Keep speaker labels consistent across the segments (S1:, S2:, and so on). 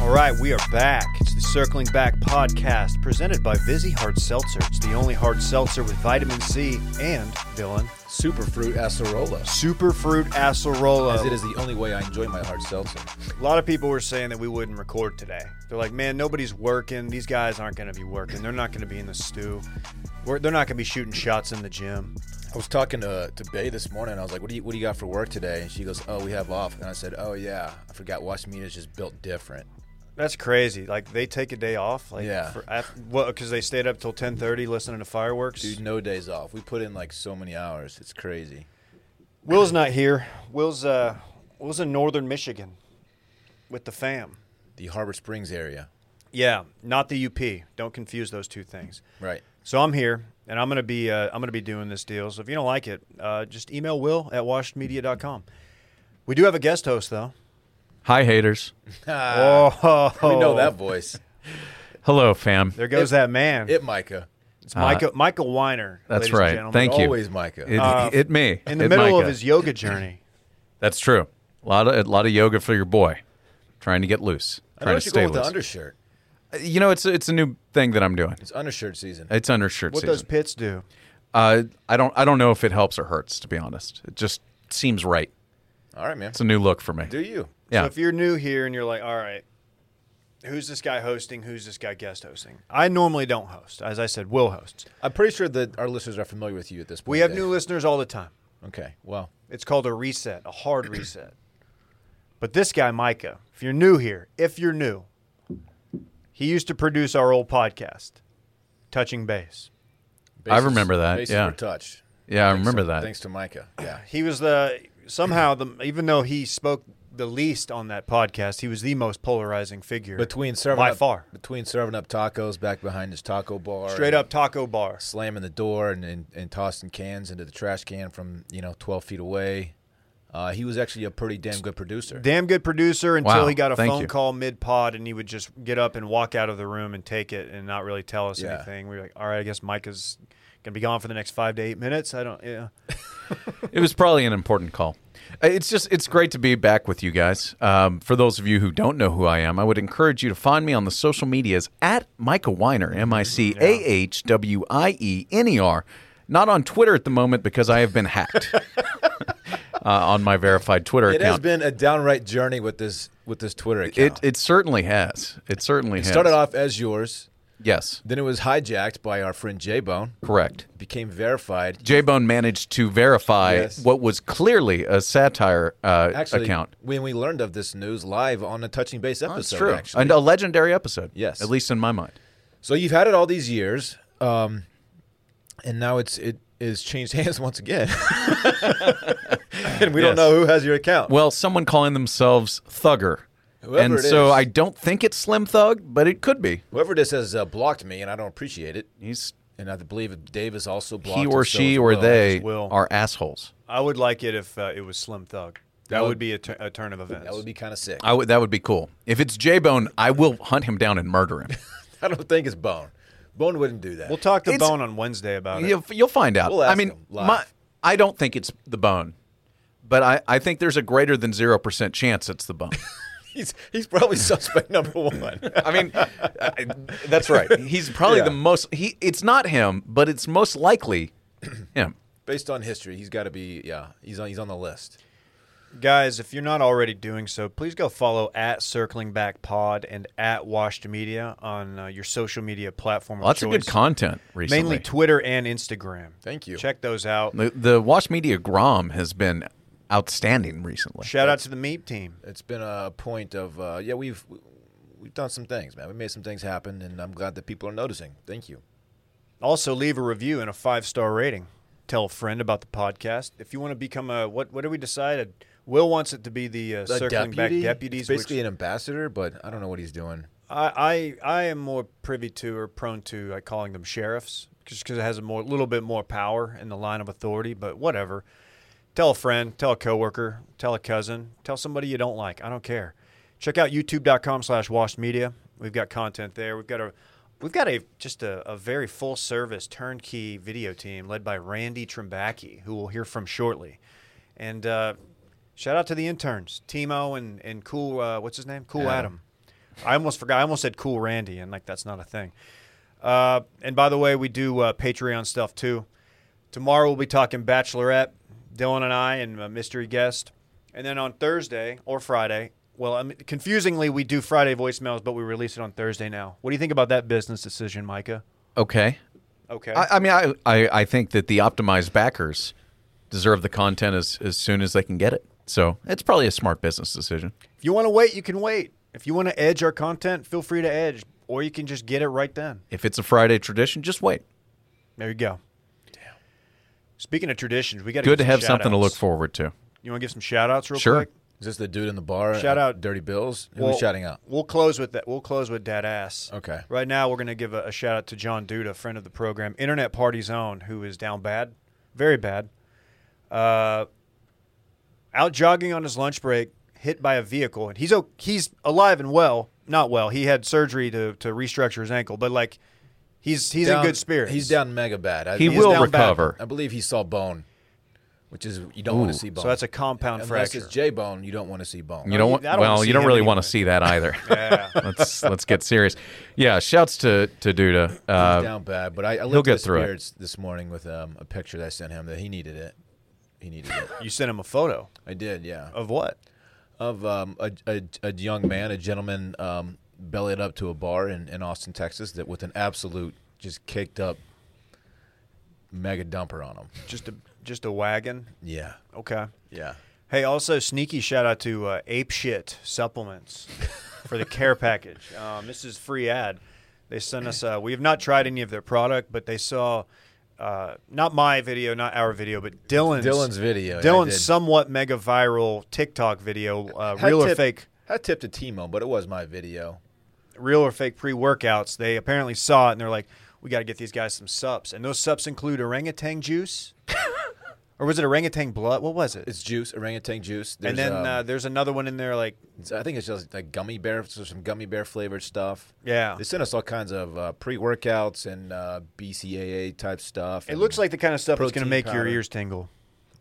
S1: All right, we are back. It's the Circling Back podcast presented by Vizzy Hard Seltzer. It's the only hard seltzer with vitamin C and, Dylan,
S2: Superfruit acerola.
S1: superfruit acerola.
S2: As it is the only way I enjoy my hard seltzer.
S1: A lot of people were saying that we wouldn't record today. They're like, man, nobody's working. These guys aren't going to be working. They're not going to be in the stew. We're, they're not going to be shooting shots in the gym.
S2: I was talking to, to Bay this morning. and I was like, what do, you, what do you got for work today? And she goes, Oh, we have off. And I said, Oh, yeah. I forgot Washington is just built different.
S1: That's crazy. Like they take a day off. Like,
S2: Yeah.
S1: For, because they stayed up till ten thirty listening to fireworks.
S2: Dude, no days off. We put in like so many hours. It's crazy.
S1: Will's not here. Will's uh, Will's in northern Michigan with the fam.
S2: The Harbor Springs area.
S1: Yeah, not the UP. Don't confuse those two things.
S2: Right.
S1: So I'm here, and I'm gonna be uh, I'm gonna be doing this deal. So if you don't like it, uh, just email Will at washedmedia.com. We do have a guest host though.
S3: Hi, haters. Uh,
S1: oh,
S2: We know that voice.
S3: Hello, fam.
S1: There goes that man.
S2: It, Micah.
S1: it's Michael Michael Weiner.
S3: Uh,
S1: ladies
S3: That's
S1: and
S3: right.
S1: gentlemen.
S3: Thank you.
S2: Always Micah.
S3: It, it me.
S1: uh, In the
S3: It
S1: middle of
S3: Micah.
S1: his yoga journey.
S3: That's true. A lot of a lot of yoga for your boy. Trying to get loose.
S2: I
S3: trying to
S2: noticed you're
S3: stay
S2: going with
S3: loose. Uh,
S2: the undershirt.
S3: you know, it's it's a new thing that I'm doing.
S2: It's undershirt season.
S3: It's undershirt
S1: What
S3: season.
S1: does Pitts do?
S3: uh, I don't I don't know if it helps or hurts. To be honest, it just seems right.
S2: All right, man.
S3: It's a new look for me.
S2: Do you?
S3: Yeah.
S1: So if you're new here and you're like, all right, who's this guy hosting? Who's this guy guest hosting? I normally don't host. As I said, Will hosts.
S2: I'm pretty sure that our listeners are familiar with you at this point.
S1: We have
S2: Dave.
S1: new listeners all the time.
S2: Okay. Well,
S1: It's called a reset, a hard reset. But this guy, Micah, if you're new here, if you're new, he used to produce our old podcast, Touching Base.
S3: I remember that,
S2: Bases
S3: yeah.
S2: were touched.
S3: yeah, I
S2: Thanks
S3: remember
S2: to-
S3: that.
S2: Thanks to Micah. Yeah.
S1: He was the somehow the even though he spoke the least on that podcast, he was the most polarizing figure
S2: Between serving
S1: by
S2: up,
S1: far.
S2: between serving up tacos back behind his taco bar,
S1: Straight
S2: and
S1: up taco bar.
S2: slamming the door and, and, and tossing cans into the trash can from you know twelve feet away. Uh, he was actually a pretty damn good producer.
S1: Damn good producer until
S3: Wow,
S1: he got a
S3: thank
S1: phone
S3: you.
S1: call mid pod and he would just get up and walk out of the room and take it and not really tell us
S2: Yeah.
S1: anything. We were like, all right, I guess Micah's gonna be gone for the next five to eight minutes. I don't. Yeah,
S3: It was probably an important call. Uh, It's just it's great to be back with you guys. Um, for those of you who don't know who I am, I would encourage you to find me on the social medias at Micah Weiner, M I C A H W I E N E R. Not on Twitter at the moment because I have been hacked uh, on my verified Twitter
S2: It has
S3: account.
S2: been a downright journey with this with this Twitter
S3: it
S2: account.
S3: it certainly has. It certainly has.
S2: started off as yours,
S3: Yes,
S2: then it was hijacked by our friend J Bone,
S3: correct.
S2: became verified.
S3: J Bone managed to verify
S2: Yes.
S3: what was clearly a satire uh,
S2: Actually,
S3: account.
S2: when we learned of this news live on the Touching Base episode,
S3: That's true.
S2: actually.
S3: And a legendary episode.
S2: Yes.
S3: At least in my mind.
S2: So you've had it all these years, um, and now it's it is changed hands once again, and we don't
S3: Yes.
S2: know who has your account.
S3: Well, someone calling themselves Thugger.
S2: Whoever
S3: and
S2: it
S3: so
S2: is.
S3: I don't think it's Slim Thug, but it could be.
S2: Whoever this has uh, blocked me, and I don't appreciate it.
S3: He's
S2: And I believe Dave is also blocked.
S3: he
S2: and
S3: or
S2: so
S3: she
S2: is
S3: or
S2: Will.
S3: they
S1: Will.
S3: are assholes.
S1: I would like it if uh, it was Slim Thug. That
S2: would-
S1: would be a, tu- a turn of events.
S2: That would be kind of sick.
S3: I would that would be cool. If it's J Bone, I will hunt him down and murder him.
S2: I don't think it's Bone. Bone wouldn't do that.
S1: we'll talk to
S3: It's-
S1: Bone on Wednesday about it.
S3: you'll, you'll find out.
S2: We'll ask
S3: I mean,
S2: him live.
S3: I don't think it's the bone, but I, I think there's a greater than zero percent chance it's the bone.
S2: he's he's probably suspect number one.
S3: I mean, I, that's right. He's probably
S2: Yeah.
S3: the most. He it's not him, but it's most likely him.
S2: Based on history, he's got to be. Yeah, he's on he's on the list.
S1: Guys, if you're not already doing so, please go follow at Circling Back Pod and at Washed Media on uh, your social media platform. of
S3: Lots of good
S1: choice.
S3: content recently.
S1: Mainly Twitter and Instagram.
S2: Thank you.
S1: Check those out.
S3: The, the Wash Media Grom has been outstanding recently.
S1: Shout out to the Meep team.
S2: It's been a point of uh, yeah. We've we've done some things, man. We made some things happen, and I'm glad that people are noticing. Thank you.
S1: Also, leave a review and a five star rating. Tell a friend about the podcast. If you want to become a what? What did we decide? Will wants it to be the uh,
S2: The
S1: circling
S2: deputy?
S1: back deputies.
S2: It's basically
S1: which
S2: an ambassador, but I don't know what he's doing.
S1: I, I I am more privy to or prone to like, calling them sheriffs, just because it has a more little bit more power in the line of authority. But whatever. Tell a friend. Tell a coworker. Tell a cousin. Tell somebody you don't like. I don't care. Check out YouTube.com/slash Washed Media. We've got content there. We've got a We've got a just a, a very full service turnkey video team led by Randy Trimbacki, who we'll hear from shortly. And uh, shout out to the interns, Timo and and cool uh, what's his name, Cool Adam. I almost forgot. I almost said Cool Randy, and like that's not a thing. Uh, and by the way, we do uh, Patreon stuff too. Tomorrow we'll be talking Bachelorette, Dylan and I, and a mystery guest. And then on Thursday or Friday, well, I mean, confusingly, we do Friday voicemails, but we release it on Thursday now. What do you think about that business decision, Micah?
S3: Okay.
S1: Okay.
S3: I, I mean, I, I, I think that the optimized backers deserve the content as, as soon as they can get it. So it's probably a smart business decision.
S1: if you want to wait, you can wait. If you want to edge our content, feel free to edge, or you can just get it right then.
S3: If it's a Friday tradition, just wait.
S1: There you go. Damn. Speaking of traditions, we got
S3: Good to have something to look forward to.
S1: You want to give some shout outs real
S3: Sure.
S1: quick?
S2: Is this the dude in the bar?
S1: Shout
S2: at
S1: out-
S2: Dirty Bills. Who we shouting out?
S1: We'll close with that. We'll close with Dad Ass.
S2: Okay.
S1: Right now, we're going to give a, a shout out to John Duda, friend of the program, Internet Party Zone, who is down bad, very bad. Uh, out jogging on his lunch break, hit by a vehicle, and he's o- he's alive and well. Not well. He had surgery to to restructure his ankle, but like, he's he's
S2: Down-
S1: in good spirits.
S2: He's down mega bad. I,
S3: He
S2: he's
S3: will
S2: down bad.
S3: recover.
S2: I believe he saw bone, which is you don't want
S3: Ooh.
S2: to see bone.
S1: So that's a compound
S2: unless
S1: fracture.
S2: it's J bone, you don't want to see bone.
S3: You don't
S1: you-
S3: want.
S1: I don't wanna
S3: well,
S1: see
S3: you don't
S1: him
S3: really want
S1: anyway.
S3: to see that either.
S1: yeah.
S3: let's let's get serious. Yeah. Shouts to to Duda. Uh,
S2: He's down bad, but I, I
S3: he'll
S2: looked
S3: get
S2: at
S3: through it.
S2: spirits this morning with um, a picture that I sent him that he needed it. He needed it.
S1: You sent him a photo
S2: I did, yeah.
S1: of what?
S2: Of um, a, a, a young man, a gentleman, um, bellied up to a bar in, in Austin, Texas, that with an absolute just caked up mega dumper on him.
S1: Just a just a wagon.
S2: Yeah,
S1: Okay.
S2: yeah.
S1: Hey, also sneaky shout out to uh, Ape Shit Supplements for the care package. Um, this is free ad. They sent us. Uh, we have not tried any of their product, but they saw uh, not my video, not our video, but Dylan's
S2: Dylan's video. yeah, I
S1: Dylan's
S2: did.
S1: somewhat mega viral TikTok video, uh,
S2: I
S1: real or
S2: tipped-
S1: fake,
S2: I tipped a Timo, but it was my video.
S1: real or fake pre workouts. They apparently saw it and they're like, "We got to get these guys some sups," and those sups include orangutan juice, or was it orangutan blood? What was it?
S2: It's juice, orangutan juice. There's,
S1: and then
S2: um,
S1: uh, there's another one in there like
S2: it's- I think it's just like gummy bear, so some gummy bear flavored stuff.
S1: Yeah.
S2: they sent us all kinds of uh, pre workouts and uh, BCAA type stuff.
S1: It looks like the kind of stuff that's going to
S2: protein
S1: make your
S2: powder.
S1: ears tingle.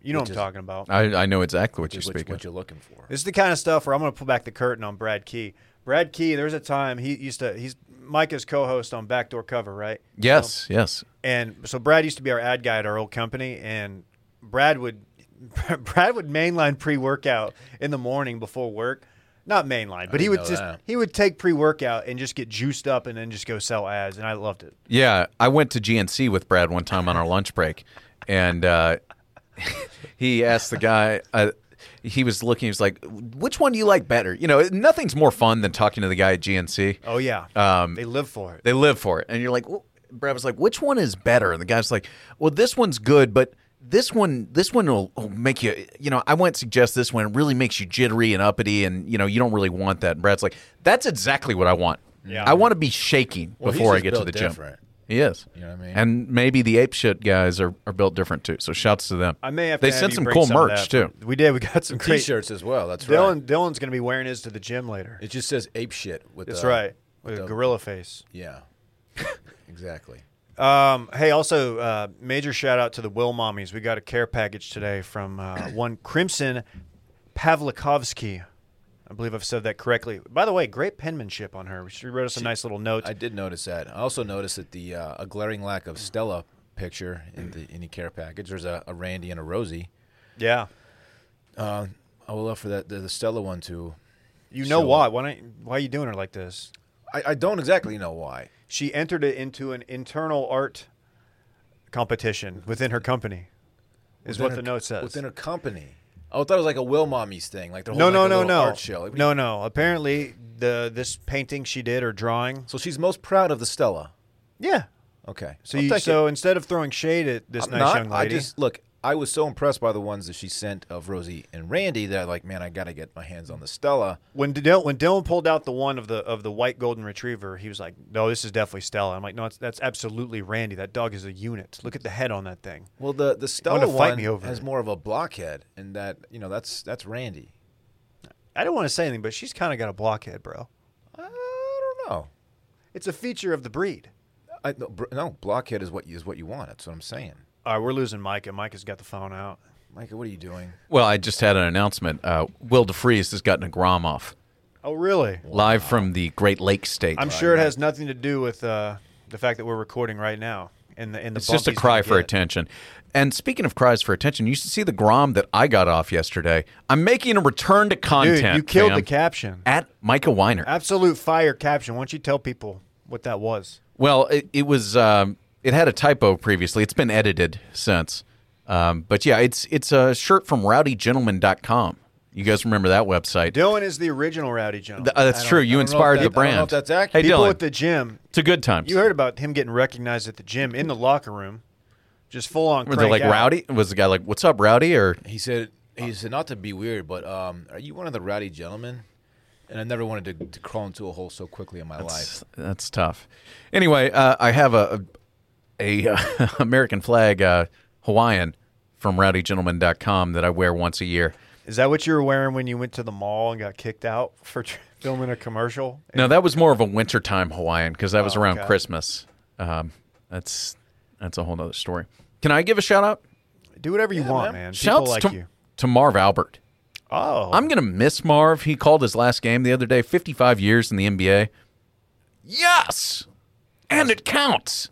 S1: You know what
S2: Which
S1: I'm
S2: is-
S1: talking about.
S3: I I know exactly what you're
S2: what,
S3: speaking.
S2: what you're looking for.
S1: This is the kind of stuff where I'm going to pull back the curtain on Brad Key. Brad Key, there was a time he used to, he's Micah's co host on Backdoor Cover, right?
S3: Yes. Yes.
S1: And so Brad used to be our ad guy at our old company, and Brad would Brad would mainline pre workout in the morning before work. Not mainline, but he
S2: didn't
S1: would
S2: know
S1: just
S2: that.
S1: he would take pre workout and just get juiced up and then just go sell ads, and I loved it.
S3: Yeah, I went to GNC with Brad one time on our lunch break, and uh, he asked the guy. Uh, he was looking. He was like, "Which one do you like better?" You know, nothing's more fun than talking to the guy at GNC.
S1: Oh yeah,
S3: Um,
S1: they live for it.
S3: They live for it, and you're like, "Wh- Brad was like, "Which one is better?" And the guy's like, "Well, this one's good, but." This one, this one will, will make you. You know, I wouldn't suggest this one. It really makes you jittery and uppity, and you know, you don't really want that. And Brad's like, "That's exactly what I want.
S1: Yeah.
S3: I want to be shaking
S2: Well, he's
S3: before I
S2: just
S3: get to
S2: built
S3: the gym."
S2: different.
S3: He is.
S2: You know what I mean?
S3: And maybe the ape shit guys are, are built different too. So shouts to them.
S1: I may have
S3: They
S1: to have
S3: sent
S1: you
S3: some
S1: bring
S3: cool
S1: of that.
S3: merch too.
S1: We did. We got some great
S2: T-shirts as well. That's
S1: Dylan
S2: right.
S1: Dylan's gonna be wearing his to the gym later.
S2: It just says ape shit with.
S1: That's
S2: the-
S1: right. With a gorilla face.
S2: Yeah, exactly.
S1: Um, hey, also, uh, major shout out to the Will Mommies. We got a care package today from uh, one Crimson Pavlikovsky. I believe I've said that correctly. By the way, great penmanship on her. She wrote us a nice little note.
S2: I did notice that. I also noticed that the uh, a glaring lack of Stella picture in the any care package. There's a, a Randy and a Rosie.
S1: yeah.
S2: I would love for that the, the Stella one to.
S1: You know
S2: So-
S1: why? Why don't? Why are you doing her like this?
S2: I, I don't exactly know why.
S1: She entered it into an internal art competition within her company. Is
S2: Within
S1: what
S2: her-
S1: the note says.
S2: Within her company. Oh, I thought it was like a Will Mommy's thing, like the whole
S1: No, no,
S2: like, a
S1: no,
S2: little
S1: no.
S2: art show. Like,
S1: no, no. Apparently, the this painting she did or drawing.
S2: So she's most proud of the Stella.
S1: Yeah.
S2: Okay.
S1: So
S2: I'll
S1: you,
S2: take
S1: so
S2: it.
S1: instead of throwing shade at this
S2: I'm
S1: nice
S2: not-
S1: young lady,
S2: I just look. I was so impressed by the ones that she sent of Rosie and Randy that like, man, I gotta get my hands on the Stella.
S1: when Dylan, when Dylan pulled out the one of the of the white golden retriever, he was like, "No, this is definitely Stella." I'm like, "No, it's, that's absolutely Randy. That dog is a unit. Look at the head on that thing."
S2: Well, the the Stella
S1: fight
S2: one
S1: me over
S2: has
S1: it.
S2: more of a blockhead, and that you know that's that's Randy.
S1: I don't want to say anything, but she's kind of got a blockhead, bro.
S2: I don't know.
S1: It's a feature of the breed.
S2: I no, br- no blockhead is what you- is what you want. That's what I'm saying.
S1: All right, we're losing Micah. Micah's got the phone out.
S2: Micah, what are you doing?
S3: Well, I just had an announcement. Uh, Will DeFries has gotten a Grom off.
S1: Oh, really?
S3: live from the Great Lakes state.
S1: I'm sure it has nothing to do with uh, the fact that we're recording right now. And the, and the
S3: It's just a
S1: bump he's
S3: cry
S1: gonna
S3: for
S1: get.
S3: attention. And speaking of cries for attention, you should see the Grom that I got off yesterday. I'm making a return to content.
S1: Dude, you killed
S3: fam.
S1: the caption.
S3: at Micah Weiner.
S1: Absolute fire caption. Why don't you tell people what that was?
S3: Well, it, it was um, it had a typo previously. It's been edited since. Um, but yeah, it's it's a shirt from rowdygentleman.com. You guys remember that website?
S1: Dylan is the original rowdy gentleman.
S3: Th- uh, that's
S1: I don't-
S3: true. You
S2: know if that- I
S3: inspired the
S2: don't know
S3: brand.
S2: if that's accurate.
S3: Hey,
S1: People
S3: Dylan,
S1: at the gym.
S3: it's a good time.
S1: You heard about him getting recognized at the gym in the locker room, just full on.
S3: Were they like rowdy? Was the guy like, "What's up, rowdy?" Or
S2: He said, he said, not to be weird, but um, are you one of the rowdy gentlemen? And I never wanted to, to crawl into a hole so quickly in my life.
S3: that's, that's tough. Anyway, uh, I have a a, a uh, American flag uh, Hawaiian from rowdygentleman.com that I wear once a year.
S1: Is that what you were wearing when you went to the mall and got kicked out for tr- filming a commercial?
S3: No, that was more of a wintertime Hawaiian because that was
S1: Oh,
S3: around
S1: okay.
S3: Christmas. Um, that's that's a whole nother story. Can I give a shout out?
S1: Do whatever you want,
S2: man.
S1: man.
S3: Shouts
S1: People like
S3: to,
S1: you.
S3: to Marv Albert.
S1: Oh,
S3: I'm gonna miss Marv. He called his last game the other day. 55 years in the NBA. Yes, and it counts.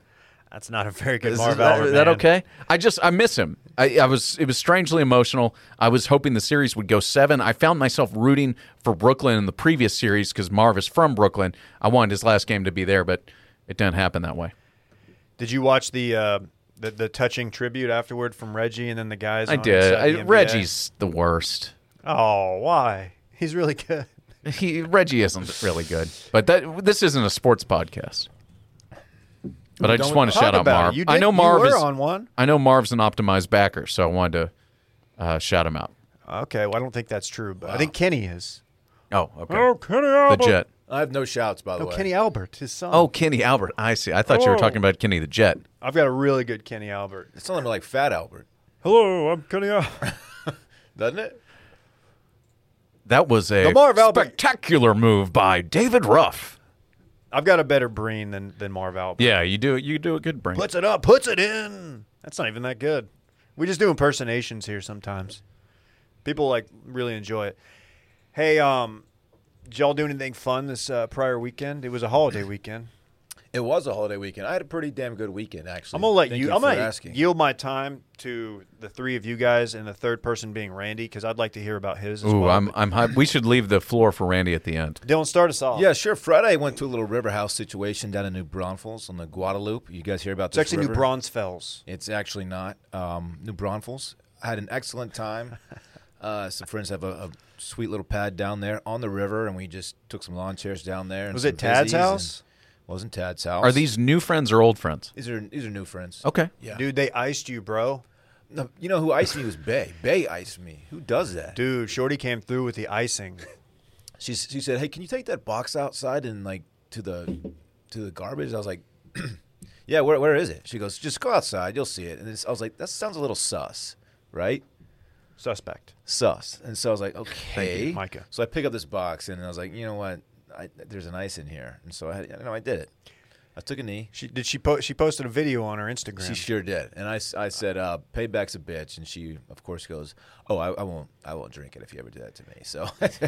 S1: that's not a very good
S3: Is
S1: Marv
S3: that,
S1: Albert.
S3: is that
S1: man.
S3: okay? I just I miss him. I, I was it was strangely emotional. I was hoping the series would go seven. I found myself rooting for Brooklyn in the previous series because Marv is from Brooklyn. I wanted his last game to be there, but it didn't happen that way.
S1: Did you watch the, uh, the the touching tribute afterward from Reggie and then the guys?
S3: I
S1: on
S3: did.
S1: Inside
S3: I,
S1: the NBA?
S3: Reggie's the worst.
S1: Oh, why? He's really good.
S3: He Reggie isn't really good. But that this isn't a sports podcast. But I just
S2: don't
S3: want to
S1: Talk
S3: shout out
S1: about it.
S3: Marv.
S1: You
S3: I
S1: did-
S3: know
S1: you
S3: Marv
S1: were
S3: is
S1: on one.
S3: I know Marv's an optimized backer, so I wanted to uh, shout him out.
S1: Okay, well, I don't think that's true, but I think Kenny is.
S3: Oh, okay.
S1: Kenny
S3: the
S1: Albert.
S3: Jet.
S2: I have no shouts, by the
S1: Oh,
S2: way.
S1: Kenny Albert, his son.
S3: Oh, Kenny Albert. I see. I thought you were
S1: Oh.
S3: talking about Kenny the Jet.
S1: I've got a really good Kenny Albert.
S2: It's something like Fat Albert,
S1: Hello, I'm Kenny Albert.
S2: doesn't it?
S3: That was a
S1: The Marv Albert-
S3: spectacular move by David Ruff.
S1: I've got a better breen than than Marv Albert.
S3: Yeah, you do you do a good brain.
S1: Puts it up, puts it in. That's not even that good. We just do impersonations here sometimes. People like really enjoy it. Hey, um, did y'all do anything fun this uh, prior weekend? It was a holiday weekend.
S2: It was a holiday weekend. I had a pretty damn good weekend, actually.
S1: I'm gonna let
S2: Thank
S1: you. I'm
S2: for
S1: gonna
S2: asking.
S1: yield my time to the three of you guys, and the third person being Randy, because I'd like to hear about his. As
S3: Ooh,
S1: well.
S2: uh,
S3: I'm I'm hyped. We should leave the floor for Randy at the end.
S1: Dylan, start us off.
S2: Yeah, sure. Friday, I went to a little river house situation down in New Braunfels on the Guadalupe. You guys hear about
S1: it's
S2: this
S1: actually
S2: river?
S1: New Braunfels.
S2: It's actually not. Um, New Braunfels. I had an excellent time. Uh, some friends have a, a sweet little pad down there on the river, and we just took some lawn chairs down there. And
S1: Was
S2: some
S1: it Tad's
S2: fizzies and-
S1: house?
S2: Wasn't Tad's house.
S3: Are these new friends or old friends?
S2: These are these are new friends.
S3: Okay.
S2: Yeah.
S1: Dude, they iced you, bro.
S2: No, you know who iced me was Bay. Bay iced me. Who does that?
S1: Dude, Shorty came through with the icing.
S2: She she said, "Hey, can you take that box outside and like to the to the garbage?" I was like, "Yeah, where where is it?" She goes, "Just go outside, you'll see it." And it's, I was like, "That sounds a little sus, right?"
S1: Suspect.
S2: Sus. And so I was like, "Okay,
S1: you, Micah.
S2: So I pick up this box and I was like, "You know what? I, there's an ice in here." And so I, had, you know, I did it. I took a knee.
S1: She did she po- she posted a video on her Instagram.
S2: She sure did. And I, s- I said, uh, "Payback's a bitch." And she, of course, goes, "Oh, I, I won't I won't drink it if you ever do that to me." So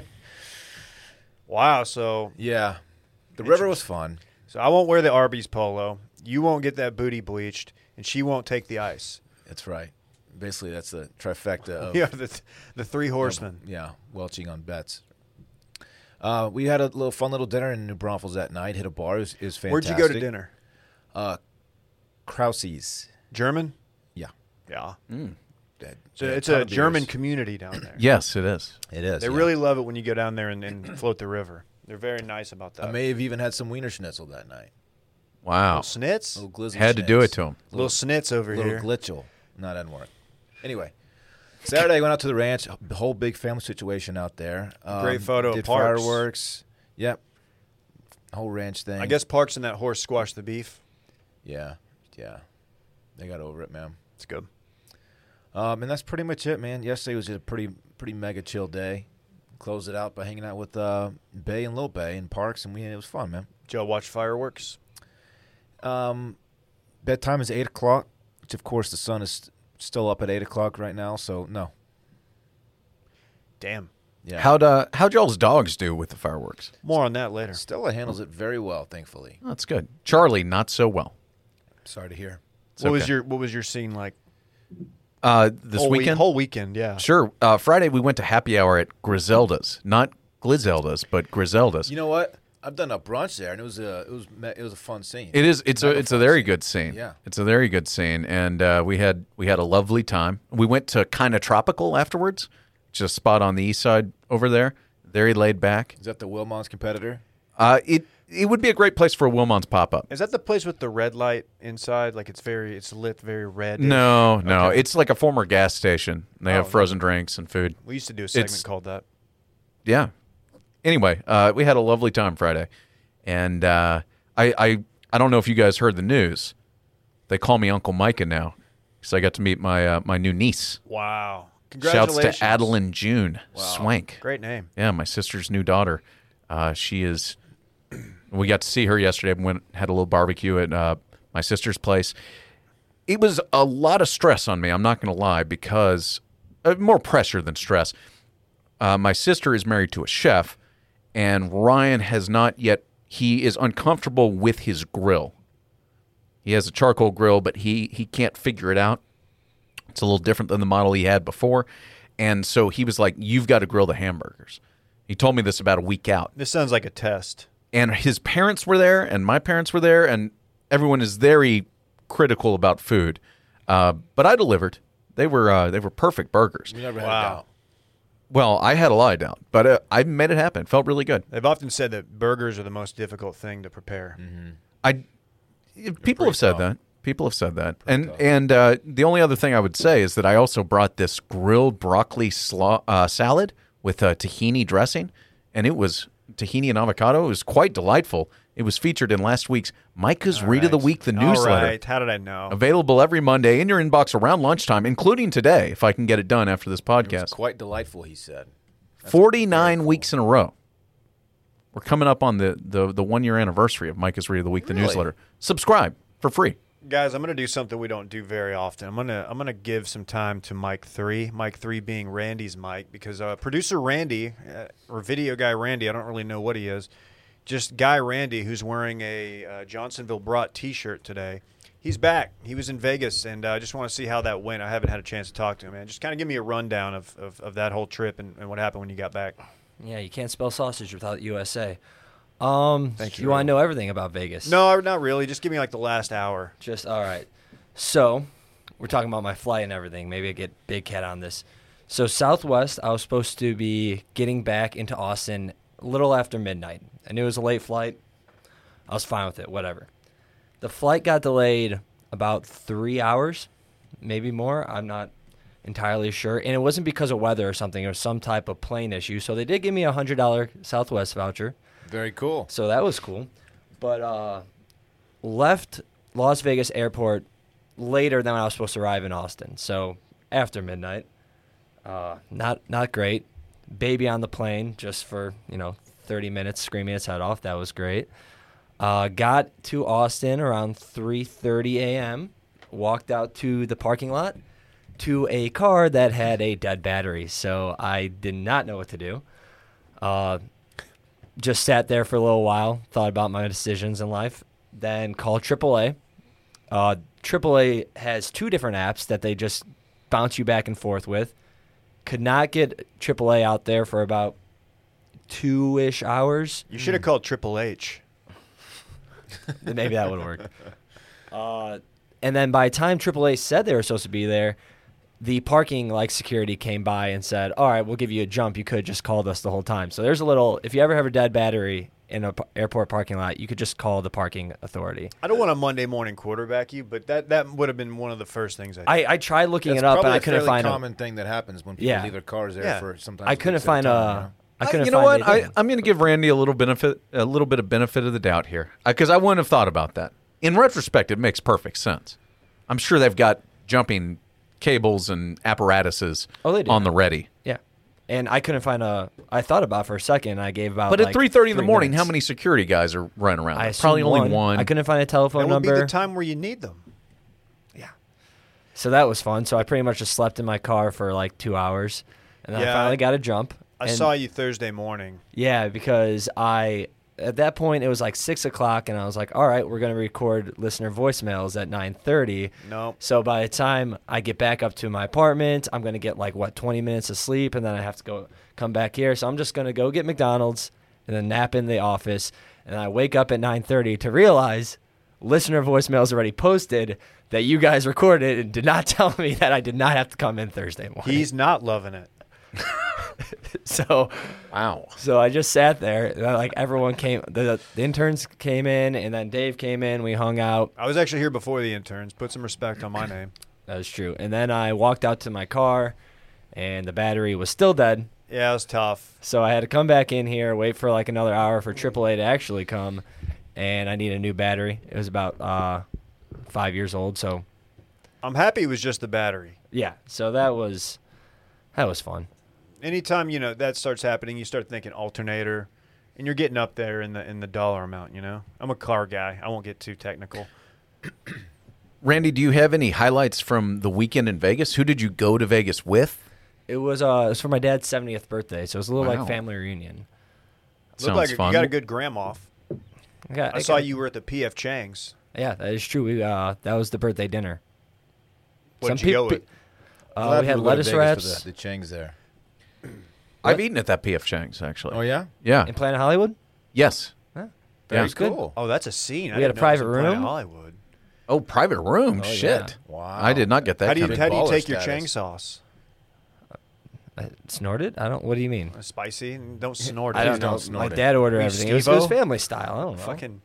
S1: wow, so
S2: yeah, the river was fun.
S1: so I won't wear the Arby's polo. You won't get that booty bleached, and she won't take the ice.
S2: That's right. Basically, that's the trifecta of
S1: Yeah, the th- the three horsemen.
S2: yeah, welching on bets. Uh, we had a little fun little dinner in New Braunfels that night. Hit a bar. It was, it was
S1: Where'd
S2: fantastic.
S1: you go to dinner?
S2: Krause's.
S1: German.
S2: Yeah.
S1: Yeah,
S2: That-
S1: so
S2: Mm, yeah,
S1: it's
S2: ton
S1: a
S2: of beers.
S1: German community down there.
S3: Yes, it is.
S2: It is.
S1: They
S2: yeah.
S1: really love it when you go down there and, and float the river. They're very nice about that.
S2: I may have even had some wiener schnitzel that night.
S3: Wow.
S1: Little snits,
S3: Oh,
S2: Little
S1: little,
S2: glizzy
S3: Had to do it to him.
S1: snits over
S2: Little
S1: here.
S2: glitchel. No, that didn't work. Anyway, Saturday I went out to the ranch. The whole big family situation out there. Um,
S1: Great photo of
S2: Did
S1: Parks.
S2: fireworks. Yep. Whole ranch thing.
S1: I guess Parks and that horse squash the beef.
S2: Yeah. Yeah. They got over it, man.
S1: It's good.
S2: Um, and that's pretty much it, man. Yesterday was just a pretty, pretty mega chill day. Closed it out by hanging out with uh, Bay and Lil Bay in parks, and we it was fun, man.
S1: Did y'all watch fireworks?
S2: Um, bedtime is eight o'clock, which of course the sun is still up at eight o'clock right now. So no,
S1: Damn.
S2: Yeah.
S3: How'd uh, how'd y'all's dogs do with the fireworks?
S1: More on that later.
S2: Stella handles it very well, thankfully.
S3: That's good. Charlie, not so well.
S2: Sorry to hear.
S1: what was
S3: okay.
S1: your What was your scene like?
S3: Uh, this
S1: whole week-
S3: weekend,
S1: whole weekend, yeah.
S3: sure. Uh, Friday we went to happy hour at Griselda's, not Griselda's, but Griselda's.
S2: You know what? I've done a brunch there, and it was a it was me- it was a fun scene.
S3: It is. It's a. It's a
S2: fun
S3: very
S2: scene.
S3: good scene.
S2: Yeah.
S3: It's a very good scene, and uh, we had we had a lovely time. We went to kind of tropical afterwards, just spot on the east side over there. Very laid back.
S2: Is that the Wilmont's competitor?
S3: Uh, it it would be a great place for a Wilmont's pop up.
S1: Is that the place with the red light inside? Like it's very, it's lit very red.
S3: No, no, it's like a former gas station. They have
S1: Oh.
S3: frozen drinks and food.
S1: We used to do a segment
S3: It's-
S1: called that.
S3: yeah. Anyway, uh, we had a lovely time Friday, and uh, I, I I don't know if you guys heard the news. They call me Uncle Micah now because I got to meet my uh, my new niece.
S1: Wow!
S3: Shouts
S1: Congratulations!
S3: to Adeline June Swank.
S1: Great name.
S3: Yeah, my sister's new daughter. Uh, she is. We got to see her yesterday. and Went had a little barbecue at uh, my sister's place. It was a lot of stress on me. I'm not going to lie because uh, more pressure than stress. Uh, my sister is married to a chef, and Ryan has not yet. He is uncomfortable with his grill. He has a charcoal grill, but he he can't figure it out. It's a little different than the model he had before. And so he was like, You've got to grill the hamburgers. He told me this about a week out.
S1: This sounds like a test.
S3: And his parents were there, and my parents were there, and everyone is very critical about food. Uh, but I delivered. They were uh, they were perfect burgers.
S2: We never had
S1: Wow.
S2: a doubt.
S3: Well, I had a lie down, but uh, I made it happen. It felt really good.
S1: They've often said that burgers are the most difficult thing to prepare.
S3: I people have said that. People have said that. and
S2: tough.
S3: and uh, the only other thing I would say is that I also brought this grilled broccoli slaw, uh, salad with uh, tahini dressing, and it was tahini and avocado. It was quite delightful. It was featured in last week's Micah's Read of the
S1: Right.
S3: Week, the
S1: All
S3: newsletter.
S1: right. How did I know?
S3: Available every Monday in your inbox around lunchtime, including today, if I can get it done after this
S2: It's
S3: podcast.
S2: quite delightful, he said.
S3: 49 weeks in a row. We're coming up on the, the, the one year anniversary of Micah's Read of the Week, the
S2: Really?
S3: newsletter. Subscribe for free.
S1: Guys, I'm gonna do something we don't do very often. I'm gonna I'm gonna give some time to Mike three. Mike three being Randy's Mike because uh, producer Randy uh, or video guy Randy, I don't really know what he is. Just guy Randy who's wearing a uh, Johnsonville Brat T-shirt today. He's back. He was in Vegas, and uh, I just want to see how that went. I haven't had a chance to talk to him, man. Just kind of give me a rundown of, of, of that whole trip and, and what happened when you got back.
S4: Yeah, you can't spell sausage without USA. Um,
S1: Thank
S4: Thank
S1: you,
S4: you. want to
S1: Raymond.
S4: know everything about Vegas?
S1: No, not really. Just give me like the last hour.
S4: Just all right. So, we're talking about my flight and everything. Maybe I get big head on this. So Southwest, I was supposed to be getting back into Austin a little after midnight. I knew it was a late flight. I was fine with it. Whatever. The flight got delayed about three hours, maybe more. I'm not entirely sure. And it wasn't because of weather or something. It was some type of plane issue. So they did give me a hundred dollar Southwest voucher.
S2: Very cool.
S4: So that was cool. But uh, left Las Vegas airport later than I was supposed to arrive in Austin. So after midnight. Uh, not not great. Baby on the plane just for, you know, 30 minutes screaming its head off. That was great. Uh, got to Austin around 3:30 a.m. Walked out to the parking lot to a car that had a dead battery. So I did not know what to do. Uh, just sat there for a little while, thought about my decisions in life, then called AAA. Uh, AAA has two different apps that they just bounce you back and forth with. Could not get AAA out there for about two ish hours.
S1: You
S3: Hmm.
S1: should have called Triple H.
S4: Then maybe that would work. Uh, and then by the time AAA said they were supposed to be there, the parking like security came by and said, "All right, we'll give you a jump. You could have just called us the whole time." So there's a little. If you ever have a dead battery in a p- airport parking lot, you could just call the parking authority.
S1: I don't want to Monday morning quarterback you, but that, that would have been one of the first things I did.
S4: I, I tried looking
S2: That's
S4: it up
S2: probably
S4: and I
S2: a
S4: couldn't
S2: fairly
S4: find
S2: common thing that happens when people
S4: Yeah.
S2: leave their cars there
S1: Yeah.
S2: for sometimes.
S4: I couldn't
S2: weeks at a
S4: find uh,
S2: time,
S4: a. I couldn't
S3: you know
S4: find
S3: what? I,
S4: anything.
S3: I'm going to give Randy a little benefit, a little bit of benefit of the doubt here, because I wouldn't have thought about that. In retrospect, it makes perfect sense. I'm sure they've got jumping cables and apparatuses
S4: Oh, they do.
S3: on the ready.
S4: yeah. And I couldn't find a. I thought about it for a second. And I gave about.
S3: But
S4: like,
S3: at 3:30 in the
S4: three
S3: morning, how
S4: minutes.
S3: many security guys are running around?
S4: I
S3: There's Probably
S4: assume
S3: only one.
S4: I couldn't find a telephone
S1: that would
S4: number.
S1: be the time where you need them.
S4: Yeah. So that was fun. So I pretty much just slept in my car for like two hours, and then
S1: Yeah.
S4: I finally got a jump,
S1: I
S4: And-
S1: saw you Thursday morning.
S4: Yeah, because I at that point it was like six o'clock, and I was like, "All right, we're gonna record listener voicemails at 9.30.
S1: No.
S4: So by the time I get back up to my apartment, I'm gonna get like what twenty minutes of sleep, and then I have to go come back here. So I'm just gonna go get McDonald's and then nap in the office, and I wake up at 9:30 to realize listener voicemails already posted that you guys recorded and did not tell me that I did not have to come in Thursday morning.
S1: He's not loving it.
S4: so
S3: Wow.
S4: so I just sat there. and I, like everyone came, the, the interns came in, and then Dave came in. We hung out.
S1: I was actually here before the interns. Put some respect on my name.
S4: That was true. And then I walked out to my car, and the battery was still dead.
S1: Yeah, it was tough.
S4: So I had to come back in here, wait for like another hour for AAA to actually come, and I need a new battery. It was about uh, five years old. So
S1: I'm happy it was just the battery.
S4: yeah, so that was that was fun.
S1: Anytime you know that starts happening, you start thinking alternator, and you're getting up there in the in the dollar amount. You know, I'm a car guy. I won't get too technical.
S3: Randy, do you have any highlights from the weekend in Vegas? Who did you go to Vegas with?
S4: It was uh, it was for my dad's seventieth birthday, so it was a little
S3: Wow.
S4: like family reunion.
S1: Looked
S3: Sounds
S1: like
S3: fun.
S1: you got a good gram off.
S4: got-
S1: I saw you were at the PF Chang's.
S4: Yeah, that is true. We uh, that was the birthday dinner.
S1: What did
S4: Some
S1: you go
S4: peop-
S1: with?
S4: Uh, we had lettuce wraps
S2: The, the Changs there.
S3: I've eaten at that PF Chang's actually.
S2: Oh yeah,
S3: Yeah.
S4: in Planet Hollywood.
S3: Yes.
S4: Huh?
S3: Yeah.
S4: It's good.
S2: cool.
S1: Oh, that's a scene. I
S4: We had
S1: didn't
S4: a
S1: know it was
S4: private
S1: in Planet
S4: room.
S1: Hollywood.
S3: Oh, private room.
S4: Oh,
S3: Shit.
S4: yeah.
S2: Wow.
S3: I did not get that.
S1: how do you
S3: coming.
S1: how do you
S2: baller
S1: take your
S2: status.
S1: Chang sauce?
S4: I Uh, snorted? I don't. What do you mean?
S1: Uh, Spicy and don't snort.
S4: I
S1: it.
S4: don't
S2: don't
S4: know. My
S2: snort it.
S4: dad ordered
S1: Are you
S4: everything. It was, it was
S1: Steve-O?
S4: family style. I don't know.
S1: Fucking.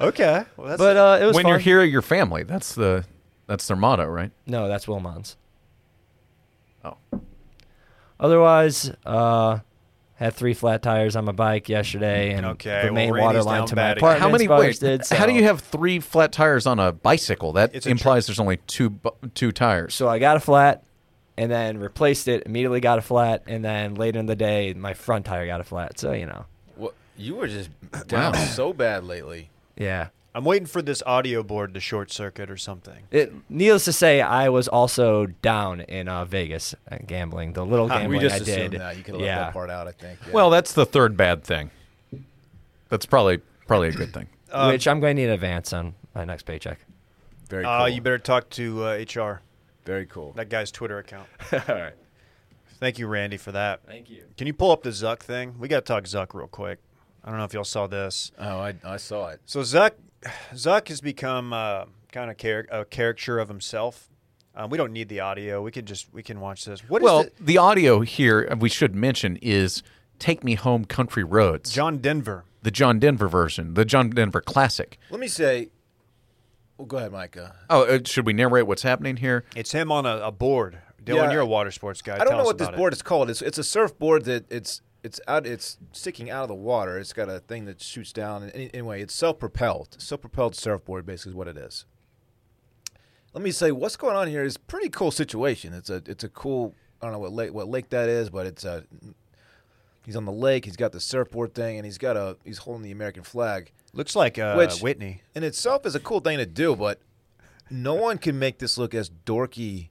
S1: okay. Well, that's
S4: but uh, it was
S3: when
S4: fun.
S3: you're here, your family. That's the that's their motto, right?
S4: No, that's Wilmot's.
S3: Oh.
S4: Otherwise, uh, had three flat tires on my bike yesterday, and
S1: Okay,
S4: the
S1: well,
S4: main
S1: Randy's
S4: water line
S1: down
S4: to my
S1: bad again.
S4: apartment.
S3: how many?
S4: spiders
S3: Wait,
S4: did,
S3: How do
S4: so-
S3: you have three flat tires on a bicycle? That
S1: It's a
S3: implies there's only two bu- two tires.
S4: So I got a flat and then replaced it, immediately got a flat, and then later in the day, my front tire got a flat. So, you know.
S2: Well, you were just down
S3: Wow.
S2: so bad lately.
S4: Yeah.
S1: I'm waiting for this audio board to short circuit or something.
S4: It, needless to say, I was also down in uh, Vegas uh, gambling. The little
S1: Huh, we
S4: gambling
S2: we just
S4: I did.
S2: assumed that you could have
S4: yeah.
S2: left that part out. I think. yeah.
S3: Well, that's the third bad thing. That's probably probably a good thing.
S1: Um,
S4: which I'm going to need an advance on my next paycheck.
S2: very cool.
S1: Uh, you better talk to uh, HR,
S2: very cool.
S1: that guy's Twitter account.
S4: All right.
S1: Thank you, Randy, for that.
S4: Thank you.
S1: Can you pull up the Zuck thing? We got to talk Zuck real quick. I don't know if y'all saw this.
S2: Oh, I, I saw it.
S1: So Zuck, Zuck has become uh, kind of char- a caricature of himself. Um, we don't need the audio. We can just we can watch this. What is
S3: well,
S1: the-
S3: the-, audio here uh, we should mention is "Take Me Home, Country Roads,"
S1: John Denver?
S3: the John Denver version, the John Denver classic.
S2: Let me say. Well, go ahead, Micah.
S3: Oh, uh, should we narrate what's happening here?
S1: It's him on a, a board. Dylan,
S2: Yeah.
S1: you're a water sports guy.
S2: I don't
S1: Tell
S2: know
S1: us
S2: what this
S1: about it.
S2: board is called. It's it's a surfboard that it's it's out it's sticking out of the water. It's got a thing that shoots down. And any- anyway, it's self propelled. Self propelled surfboard basically is what it is. Let me say what's going on here is a pretty cool situation. It's a it's a cool I don't know what lake what lake that is, but it's a he's on the lake. He's got the surfboard thing, and he's got a he's holding the American flag.
S1: Looks like uh,
S2: Which-
S1: Whitney.
S2: In itself is a cool thing to do, but no one can make this look as dorky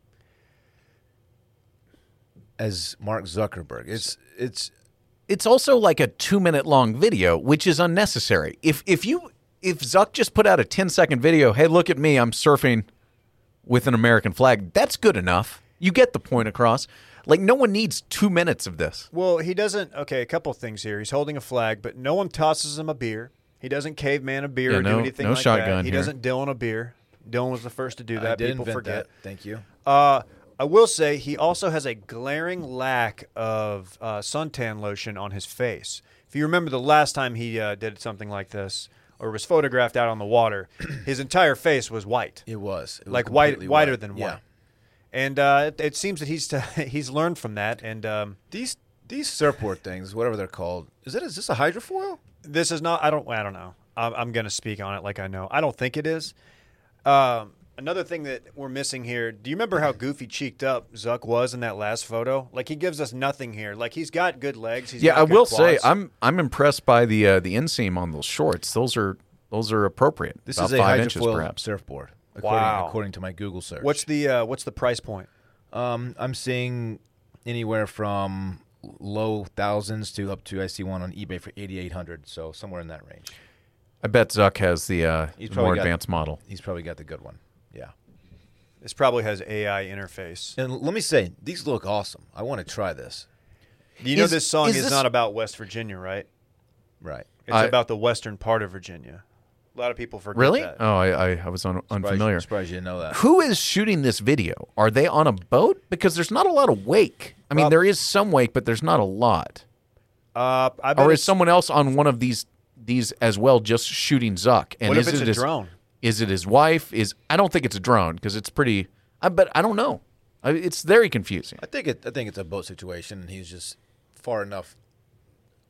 S2: as Mark Zuckerberg. It's it's
S3: It's also like a two-minute-long video, which is unnecessary. If if you if Zuck just put out a 10-second video, hey, look at me, I'm surfing with an American flag. That's good enough. You get the point across. Like no one needs two minutes of this.
S1: Well, he doesn't. Okay, a couple things here. He's holding a flag, but no one tosses him a beer. He doesn't caveman a beer
S3: Yeah,
S1: or
S3: no-
S1: do anything
S3: no
S1: like
S3: shotgun
S1: that. He
S3: here.
S1: doesn't Dylan a beer. Dylan was the first to do that.
S2: I did
S1: People
S2: invent
S1: forget.
S2: that. Thank you.
S1: Uh, I will say he also has a glaring lack of uh, suntan lotion on his face. If you remember the last time he uh, did something like this or was photographed out on the water, his entire face was white
S2: It was, It was
S1: like white,
S2: completely
S1: whiter
S2: white.
S1: than
S2: Yeah.
S1: white. And uh, it, it seems that he's he's learned from that. And um,
S2: These these surfboard things, whatever they're called, is it is this a hydrofoil?
S1: this is not. I don't. I don't know. I'm, I'm going to speak on it like I know. I don't think it is. Um, another thing that we're missing here. Do you remember how goofy cheeked up Zuck was in that last photo? Like he gives us nothing here. Like he's got good legs. He's
S3: Yeah,
S1: got
S3: I
S1: good
S3: will say
S1: quads.
S3: I'm I'm impressed by the uh, the inseam on those shorts. Those are those are appropriate.
S2: This
S3: About
S2: is a
S3: five inches,
S2: hydrofoil
S3: perhaps.
S2: surfboard. According,
S1: Wow.
S2: according to my Google search.
S1: What's the uh, What's the price point?
S2: um I'm seeing anywhere from low thousands to up to I see one on eBay for 8800, so somewhere in that range.
S3: I bet Zuck has the uh,
S2: He's probably
S3: more
S2: got-
S3: advanced model.
S2: He's probably got the good one. Yeah.
S1: This probably has AI interface.
S2: And let me say, these look awesome. I want to try this.
S1: You know
S3: Is-
S1: this song
S3: is
S1: is,
S3: this-
S1: not about West Virginia, right?
S2: Right.
S1: It's
S3: I-
S1: about the western part of Virginia. A lot of people forget
S3: Really?
S1: that.
S3: Oh, I, I, I was un- unfamiliar.
S2: Surprised you didn't know that.
S3: Who is shooting this video? Are they on a boat? Because there's not a lot of wake. I mean,
S1: Prob-
S3: there is some wake, but there's not a lot.
S1: Uh, I bet
S3: Or
S1: it's,
S3: is someone else on one of these these as well, just shooting Zuck? And
S1: what if
S3: is
S1: it's
S3: it
S1: a
S3: his,
S1: drone?
S3: Is it his wife? Is I don't think it's a drone because it's pretty. I but I don't know. I, it's very confusing.
S2: I think it. I think it's a boat situation, and he's just far enough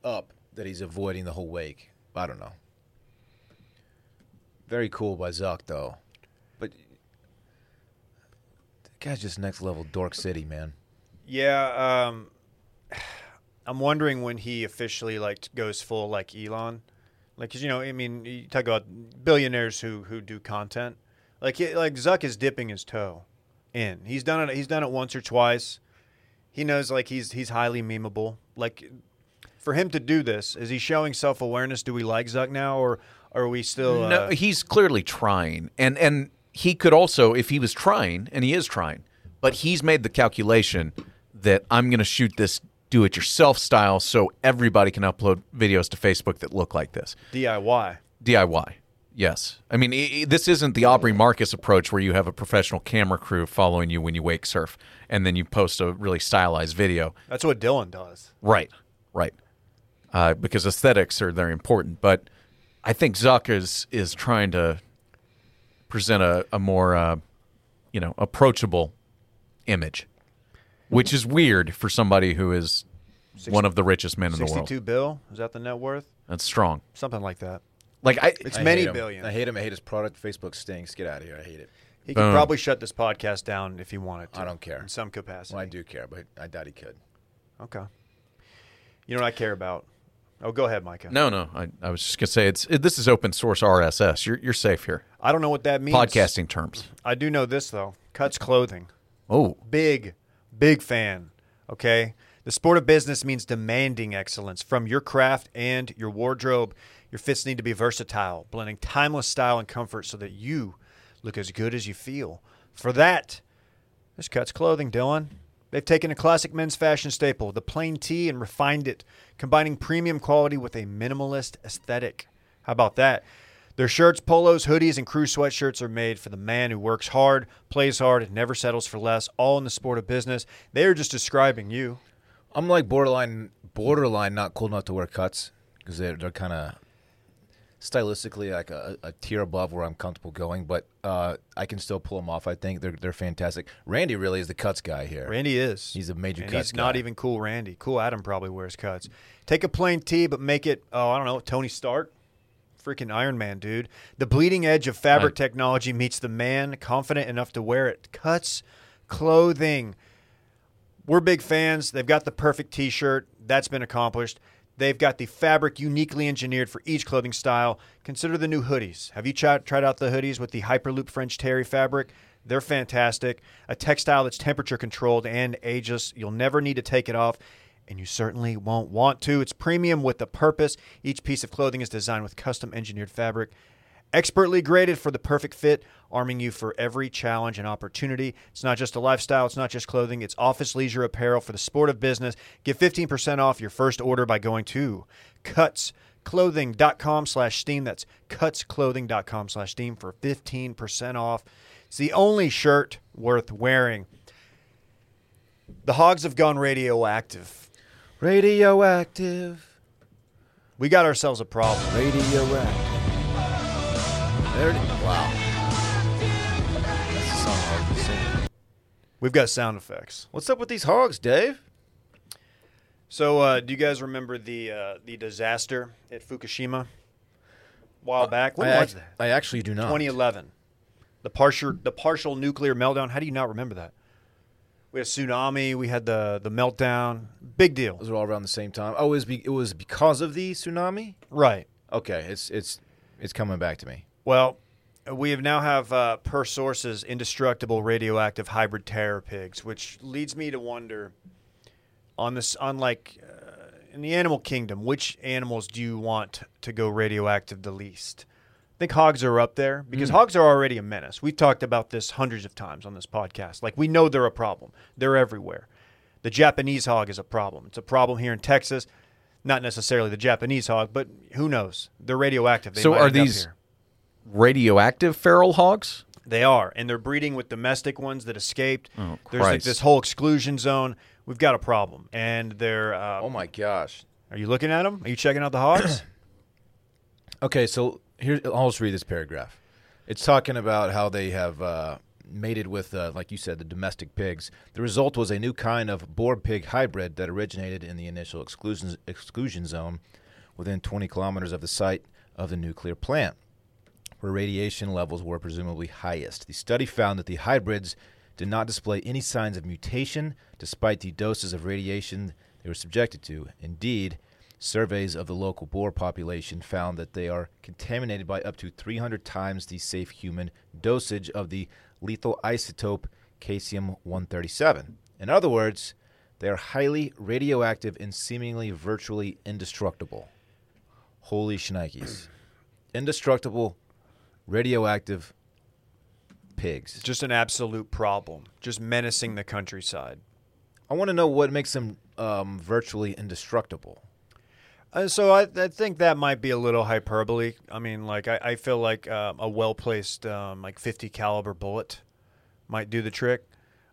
S2: up that he's avoiding the whole wake. I don't know. Very cool by Zuck, though. But the guy's just next level dork city, man.
S1: Yeah, um, I'm wondering when he officially like goes full like Elon, like 'cause, you know, I mean, you talk about billionaires who who do content, like he- like Zuck is dipping his toe in. He's done it. He's done it once or twice. He knows like he's he's highly memeable. Like for him to do this, is he showing self awareness? Do we like Zuck now, or are we still?
S3: No,
S1: uh,
S3: he's clearly trying, and and he could also, if he was trying, and he is trying, but he's made the calculation that I'm going to shoot this do-it-yourself style, so everybody can upload videos to Facebook that look like this
S1: DIY.
S3: DIY. Yes, I mean i i this isn't the Aubrey Marcus approach where you have a professional camera crew following you when you wake surf, and then you post a really stylized video.
S1: That's what Dylan does.
S3: Right, right. Uh, because aesthetics are very important, but I think Zuck is is trying to present a, a more uh, you know approachable image, which is weird for somebody who is one of the richest men in the world.
S1: Sixty-two bill is that the net worth?
S3: That's strong.
S1: Something like that.
S3: Like I,
S1: It's
S2: I
S1: many
S2: hate him.
S1: billion.
S2: I hate him. I hate his product. Facebook stinks. Get out of here. I hate it.
S1: He
S3: Boom.
S1: could probably shut this podcast down if he wanted to.
S2: I don't care.
S1: In some capacity.
S2: Well, I do care, but I doubt he could.
S1: Okay. You know what I care about? Oh, go ahead, Micah.
S3: no, no. I, I was just gonna say it's it, this is open source RSS. You're you're safe here.
S1: I don't know what that means.
S3: Podcasting terms.
S1: I do know this, though. Cuts clothing.
S3: Oh,
S1: Big, big fan. Okay. The sport of business means demanding excellence from your craft and your wardrobe. Your fits need to be versatile, blending timeless style and comfort so that you look as good as you feel. For that, This cuts clothing, Dylan. They've taken a classic men's fashion staple, the plain tee, and refined it, combining premium quality with a minimalist aesthetic. How about that? Their shirts, polos, hoodies, and crew sweatshirts are made for the man who works hard, plays hard, and never settles for less, all in the sport of business. They are just describing you.
S2: I'm like borderline, borderline not cool enough to wear cuts because they're they're kind of stylistically like a, a tier above where I'm comfortable going, but uh, I can still pull them off. I think they're they're fantastic. Randy really is the cuts guy here.
S1: Randy is.
S2: He's a major
S1: And
S2: cuts
S1: he's not
S2: guy.
S1: even cool Randy. Cool Adam probably wears cuts. Take a plain tee, but make it, oh, I don't know, Tony Stark? Freaking Iron Man, dude. The bleeding edge of fabric
S3: Right.
S1: technology meets the man confident enough to wear it. Cuts clothing. We're big fans. They've got the perfect t shirt. That's been accomplished. They've got the fabric uniquely engineered for each clothing style. Consider the new hoodies. Have you tried, tried out the hoodies with the Hyperloop French Terry fabric? They're fantastic. A textile that's temperature controlled and ageless. You'll never need to take it off, and you certainly won't want to. It's premium with a purpose. Each piece of clothing is designed with custom engineered fabric. Expertly graded for the perfect fit, arming you for every challenge and opportunity. It's not just a lifestyle, it's not just clothing, it's office leisure apparel for the sport of business. Get 15% off your first order by going to cutsclothing.com slash steam. That's cutsclothing.com slash steam for 15% off. It's the only shirt worth wearing. The hogs have gone radioactive.
S2: e- Radioactive,
S1: We got ourselves a problem.
S2: radioactive. There it is. Wow. That's a song I like to sing.
S1: We've got sound effects.
S2: What's up with these hogs, Dave?
S1: So, uh, do you guys remember the uh, the disaster at Fukushima a while back? Uh, When
S2: I,
S1: was
S2: ac-
S1: that?
S2: I actually do not.
S1: 2011. The partial the partial nuclear meltdown. How do you not remember that? We had a tsunami. We had the the meltdown. Big deal,
S2: Those were all around the same time. Oh, it was, be- it was because of the tsunami.
S1: right?
S2: Okay, it's it's it's coming back to me.
S1: Well, we have now have uh, per sources indestructible radioactive hybrid terror pigs, which leads me to wonder on this on like uh, in the animal kingdom, which animals do you want to go radioactive the least? I think hogs are up there
S3: Mm.
S1: because hogs are already a menace. We've talked about this hundreds of times on this podcast. Like we know they're a problem. They're everywhere. The Japanese hog is a problem. It's a problem here in Texas. Not necessarily the Japanese hog, but who knows? They're radioactive. They
S3: So
S1: might
S3: are
S1: end up
S3: these
S1: here.
S3: radioactive feral hogs?
S1: They are, and they're breeding with domestic ones that escaped. There's like
S3: Christ.
S1: this whole exclusion zone. We've got a problem, and they're. Uh,
S2: Oh my gosh.
S1: Are you looking at them? Are you checking out the hogs?
S2: Okay, so here I'll just read this paragraph. It's talking about how they have uh, mated with, uh, like you said, the domestic pigs. The result was a new kind of boar pig hybrid that originated in the initial exclusion exclusion zone, within 20 kilometers of the site of the nuclear plant, where radiation levels were presumably highest. The study found that the hybrids did not display any signs of mutation, despite the doses of radiation they were subjected to. Indeed. Surveys of the local boar population found that they are contaminated by up to 300 times the safe human dosage of the lethal isotope caesium 137. In other words, they are highly radioactive and seemingly virtually indestructible. Holy shnikes. indestructible, radioactive pigs.
S1: Just an absolute problem. Just menacing the countryside.
S2: I want to know what makes them um, virtually indestructible.
S1: Uh, so I, I think that might be a little hyperbole. I mean, like I, I feel like um, a well placed um, like 50 caliber bullet might do the trick.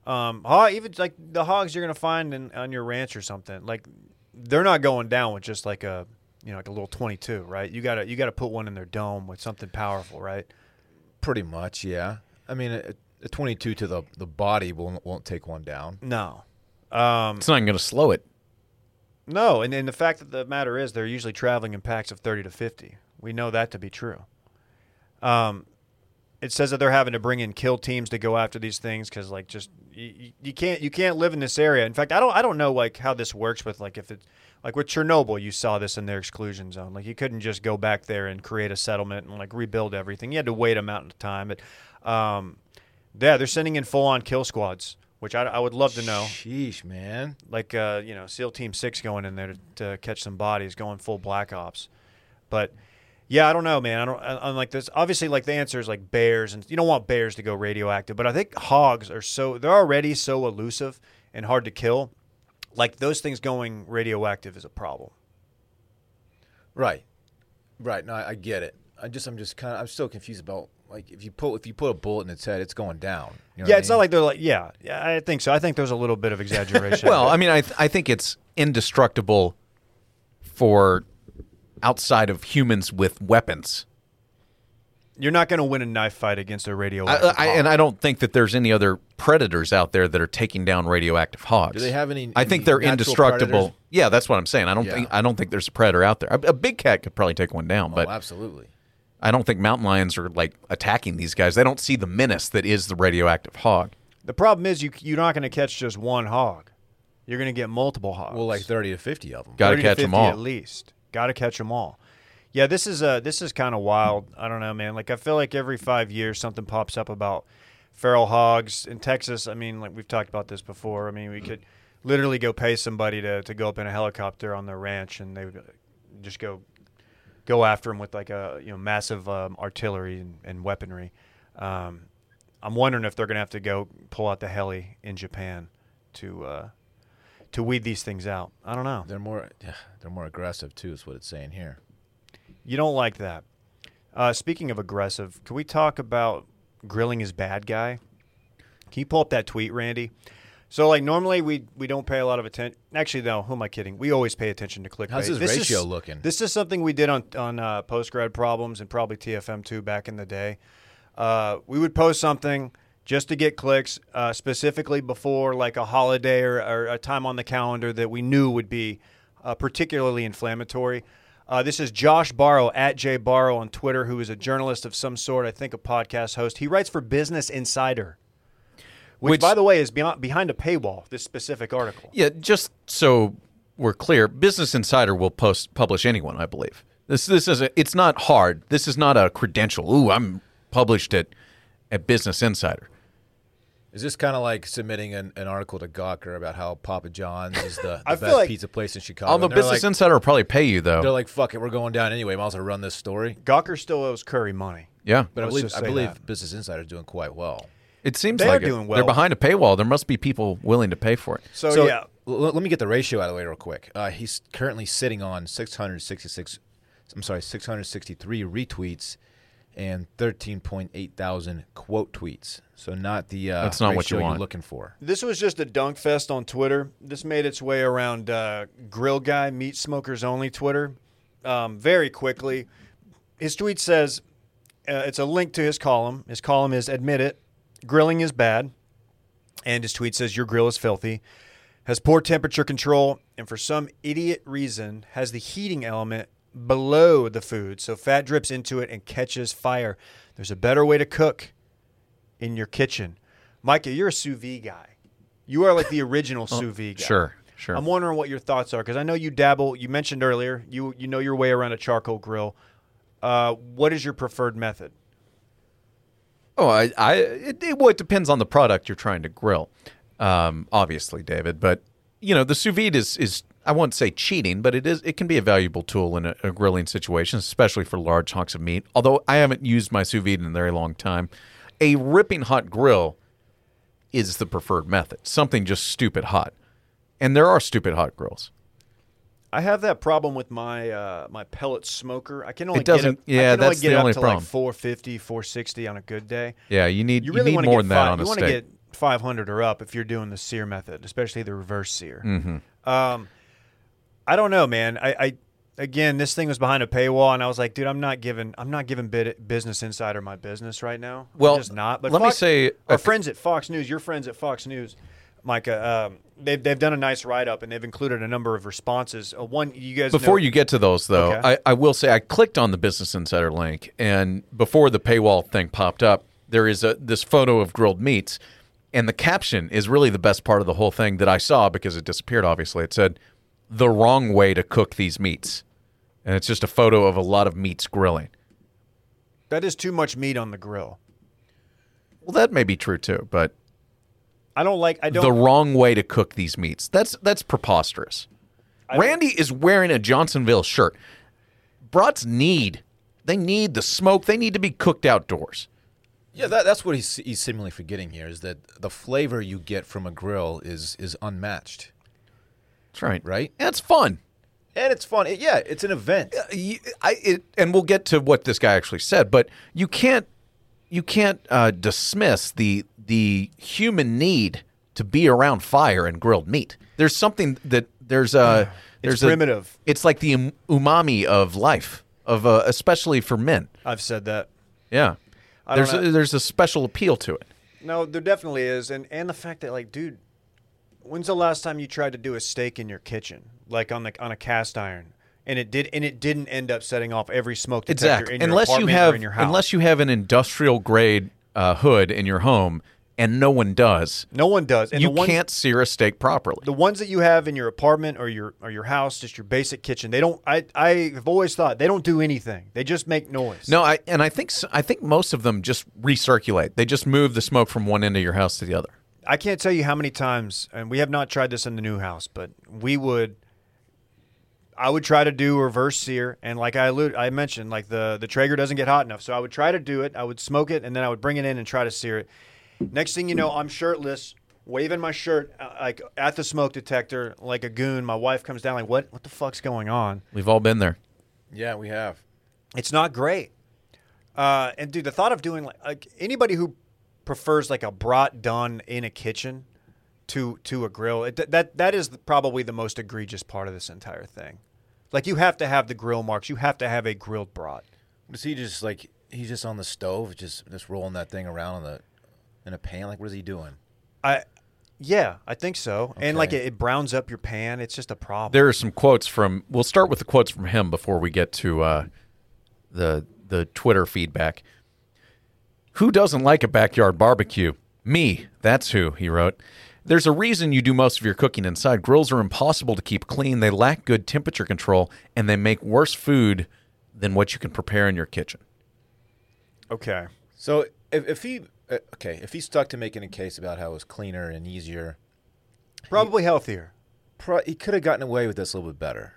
S1: Um, ho- even like the hogs you're gonna find in, on your ranch or something, like they're not going down with just like a you know like a little 22, right? You gotta you gotta put one in their dome with something powerful, right?
S2: Pretty much, yeah. I mean, a, a 22 to the, the body won't, won't take one down.
S1: No, um,
S3: It's not going to slow it.
S1: no, and and the fact that the matter is they're usually traveling in packs of 30 to 50. We know that to be true. Um, it says that they're having to bring in kill teams to go after these things because like just you, you can't you can't live in this area. In fact, I don't I don't know like how this works with like if it like with Chernobyl, you saw this in their exclusion zone. Like you couldn't just go back there and create a settlement and like rebuild everything. You had to wait a mountain of time. But um, yeah, they're sending in full on kill squads, which I, I would love to know
S2: Sheesh, man.
S1: like uh, you know SEAL Team Six going in there to, to catch some bodies, going full Black Ops. But yeah, I don't know, man. I don't. I- I'm like this. Obviously, like the answer is like bears, and you don't want bears to go radioactive. But I think hogs are so they're already so elusive and hard to kill. Like those things going radioactive is a problem.
S2: Right, right. No, I, I get it. I just, I'm just kind of, I'm still confused about like if you put if you put a bullet in its head, it's going down. You know
S1: yeah,
S2: what I
S1: it's not
S2: mean?
S1: like they're like yeah, yeah. I think so. I think there's a little bit of exaggeration.
S3: Well, I mean, I, th- I think it's indestructible for outside of humans with weapons.
S1: you're not going to win a knife fight against a
S3: I,
S1: radioactive.
S3: I, and I don't think that there's any other predators out there that are taking down radioactive hogs.
S2: Do they have any-
S3: I think
S2: any
S3: they're
S2: natural
S3: indestructible.
S2: predators?
S3: Yeah, that's what I'm saying. I don't
S2: Yeah.
S3: think I don't think there's a predator out there. A, a big cat could probably take one down, but
S2: oh, absolutely.
S3: I don't think mountain lions are like attacking these guys. They don't see the menace that is the radioactive hog.
S1: the problem is you you're not going to catch just one hog. You're going to get multiple hogs.
S2: Well, like thirty to fifty of them.
S3: Got to
S1: 30 to
S3: catch them
S1: 50 at
S3: all.
S1: least. Got to catch them all. Yeah, this is uh this is kind of wild. I don't know, man. Like I feel like every five years something pops up about feral hogs in Texas. I mean, like we've talked about this before. I mean, we could literally go pay somebody to, to go up in a helicopter on their ranch, and they would uh, just go go after them with like a you know massive um, artillery and, and weaponry. Um, I'm wondering if they're gonna have to go pull out the heli in Japan to uh, to weed these things out. I don't know.
S2: They're more, yeah, they're more aggressive too. Is what it's saying here.
S1: You don't like that. Uh, speaking of aggressive, can we talk about grilling is bad guy? Can you pull up that tweet, Randy? So like normally we we don't pay a lot of attention. Actually, no, who am I kidding? We always pay attention to clickbait.
S2: How's his
S1: This
S2: ratio
S1: is-
S2: looking?
S1: This is something we did on on uh, post grad problems and probably TFM too back in the day. Uh, we would post something just to get clicks, uh, specifically before like a holiday or, or a time on the calendar that we knew would be uh, particularly inflammatory. Uh, this is Josh Barrow at J Barrow on Twitter, who is a journalist of some sort. I think a podcast host. He writes for Business Insider, which,
S3: Which-
S1: by the way, is beyond, behind a paywall. This specific article.
S3: Yeah, just so we're clear, Business Insider will post publish anyone, I believe. This this is a, it's not hard. This is not a credential. Ooh, I'm published at at Business Insider.
S2: Is this kind of like submitting an, an article to Gawker about how Papa John's is the,
S1: I
S2: the
S1: feel
S2: best
S1: like-
S2: pizza place in Chicago?
S3: Although
S2: and they're
S3: Business
S2: like,
S3: Insider will probably pay you though.
S2: they're like, fuck it, we're going down anyway. Might as well run this story.
S1: Gawker still owes Curry money.
S3: yeah,
S2: But I
S1: Let's
S2: believe
S1: just
S2: I
S1: say
S2: believe
S1: that.
S2: Business Insider is doing quite well.
S3: it seems
S1: They're
S3: like it.
S1: doing well.
S3: they're behind a paywall. There must be people willing to pay for it.
S1: So, yeah,
S2: l- let me get the ratio out of the way real quick. Uh, he's currently sitting on 666, I'm sorry, 663 retweets and 13.8 thousand quote tweets. So not the uh,
S3: That's not what you
S2: ratio you're
S3: want.
S2: looking for.
S1: this was just a dunk fest on Twitter. This made its way around uh, Grill Guy Meat Smokers Only Twitter um, very quickly. His tweet says uh, it's a link to his column. His column is "Admit it, grilling is bad," and his tweet says "Your grill is filthy." Has poor temperature control, and for some idiot reason, has the heating element below the food, so fat drips into it and catches fire. There's a better way to cook in your kitchen. Micah, you're a sous vide guy. You are like the original sous vide guy.
S3: Oh, Sure, sure.
S1: I'm wondering what your thoughts are because I know you dabble. You mentioned earlier you you know your way around a charcoal grill. Uh, what is your preferred method?
S3: Oh, I, I it, it, well, it depends on the product you're trying to grill, um, obviously, David. But you know, the sous vide is is I won't say cheating, but it is it can be a valuable tool in a, a grilling situation, especially for large hunks of meat. Although I haven't used my sous vide in a very long time, a ripping hot grill is the preferred method. Something just stupid hot, and there are stupid hot grills.
S1: I have that problem with my uh, my pellet smoker. I can only
S3: doesn't-
S1: get it,
S3: yeah,
S1: I can only
S3: that's
S1: get
S3: the
S1: it
S3: only
S1: up to
S3: problem.
S1: like 450, 460 on a good day.
S3: Yeah, you need
S1: You
S3: you,
S1: really
S3: need
S1: want to
S3: more
S1: get
S3: than that
S1: five,
S3: on a
S1: you want
S3: steak.
S1: to get 500 or up if you're doing the sear method, especially the reverse sear.
S3: Mm-hmm.
S1: Um, I don't know, man. I, I again, this thing was behind a paywall, and I was like, dude, I'm not giving I'm not giving bit, Business Insider my business right now. I'm
S3: Well,
S1: just not. But
S3: let me
S1: Fox-
S3: say-
S1: our friends at Fox News, your friends at Fox News, Micah, um, they've they've done a nice write up, and they've included a number of responses. Uh, one, you guys
S3: Before
S1: know-
S3: you get to those, though,
S1: Okay.
S3: I, I will say I clicked on the Business Insider link, and before the paywall thing popped up, there is a this photo of grilled meats, and the caption is really the best part of the whole thing that I saw because it disappeared. Obviously, it said the wrong way to cook these meats, and it's just a photo of a lot of meats grilling.
S1: that is too much meat on the grill.
S3: Well, that may be true too, but
S1: I don't like. I don't.
S3: the wrong way to cook these meats. That's that's preposterous. Randy is wearing a Johnsonville shirt. Brats need they need the smoke. They need to be cooked outdoors.
S2: Yeah, that, that's what he's, he's seemingly forgetting here is that the flavor you get from a grill is is unmatched,
S3: That's right.
S2: Right?
S3: That's fun.
S2: and it's fun. It- yeah, it's an event.
S3: Uh, y- I- it- and we'll get to what this guy actually said, but you can't you can't uh, dismiss the the human need to be around fire and grilled meat. There's something that there's a there's a-
S1: primitive.
S3: it's like the um- umami of life of uh, especially for men.
S1: I've said that.
S3: Yeah.
S1: I don't
S3: There's
S1: know.
S3: a, there's a special appeal to it.
S1: No, there definitely is, and and the fact that like, dude, when's the last time you tried to do a steak in your kitchen, like on the on a cast iron, and it did and it didn't end up setting off every smoke detector in your
S3: Unless you
S1: apartment
S3: have
S1: or in your house?
S3: unless you have an industrial grade uh, hood in your home and no one does,
S1: no one does, and
S3: you
S1: the ones,
S3: can't sear a steak properly.
S1: The ones that you have in your apartment or your or your house, just your basic kitchen, they don't. I I've always thought they don't do anything. They just make noise.
S3: no, I and I think s- I think most of them just recirculate. They just move the smoke from one end of your house to the other.
S1: I can't tell you how many times, and we have not tried this in the new house, but we would. I would try to do reverse sear, and like I alluded, I mentioned, like the the Traeger doesn't get hot enough, so I would try to do it. I would smoke it, and then I would bring it in and try to sear it. Next thing you know, I'm shirtless, waving my shirt uh, like at the smoke detector, like a goon. My wife comes down, like, "What? What the fuck's going on?"
S3: We've all been there.
S2: Yeah, we have.
S1: It's not great. Uh, and dude, the thought of doing like, like anybody who prefers like a brat done in a kitchen to to a grill, it, that that is probably the most egregious part of this entire thing. Like you have to have the grill marks. You have to have a grilled brat.
S2: Is he just like he's just on the stove, just just rolling that thing around on the in a pan? Like, what is he doing?
S1: I, yeah, I think so. And like
S2: Okay.
S1: it, it browns up your pan. It's just a problem.
S3: There are some quotes from. We'll start with the quotes from him before we get to uh, the the Twitter feedback. Who doesn't like a backyard barbecue? Me, that's who, he wrote. There's a reason you do most of your cooking inside. Grills are impossible to keep clean, they lack good temperature control, and they make worse food than what you can prepare in your kitchen.
S1: okay.
S2: So if, if he uh, okay, if he stuck to making a case about how it was cleaner and easier,
S1: Probably healthier.
S2: pro- he could have gotten away with this a little bit better.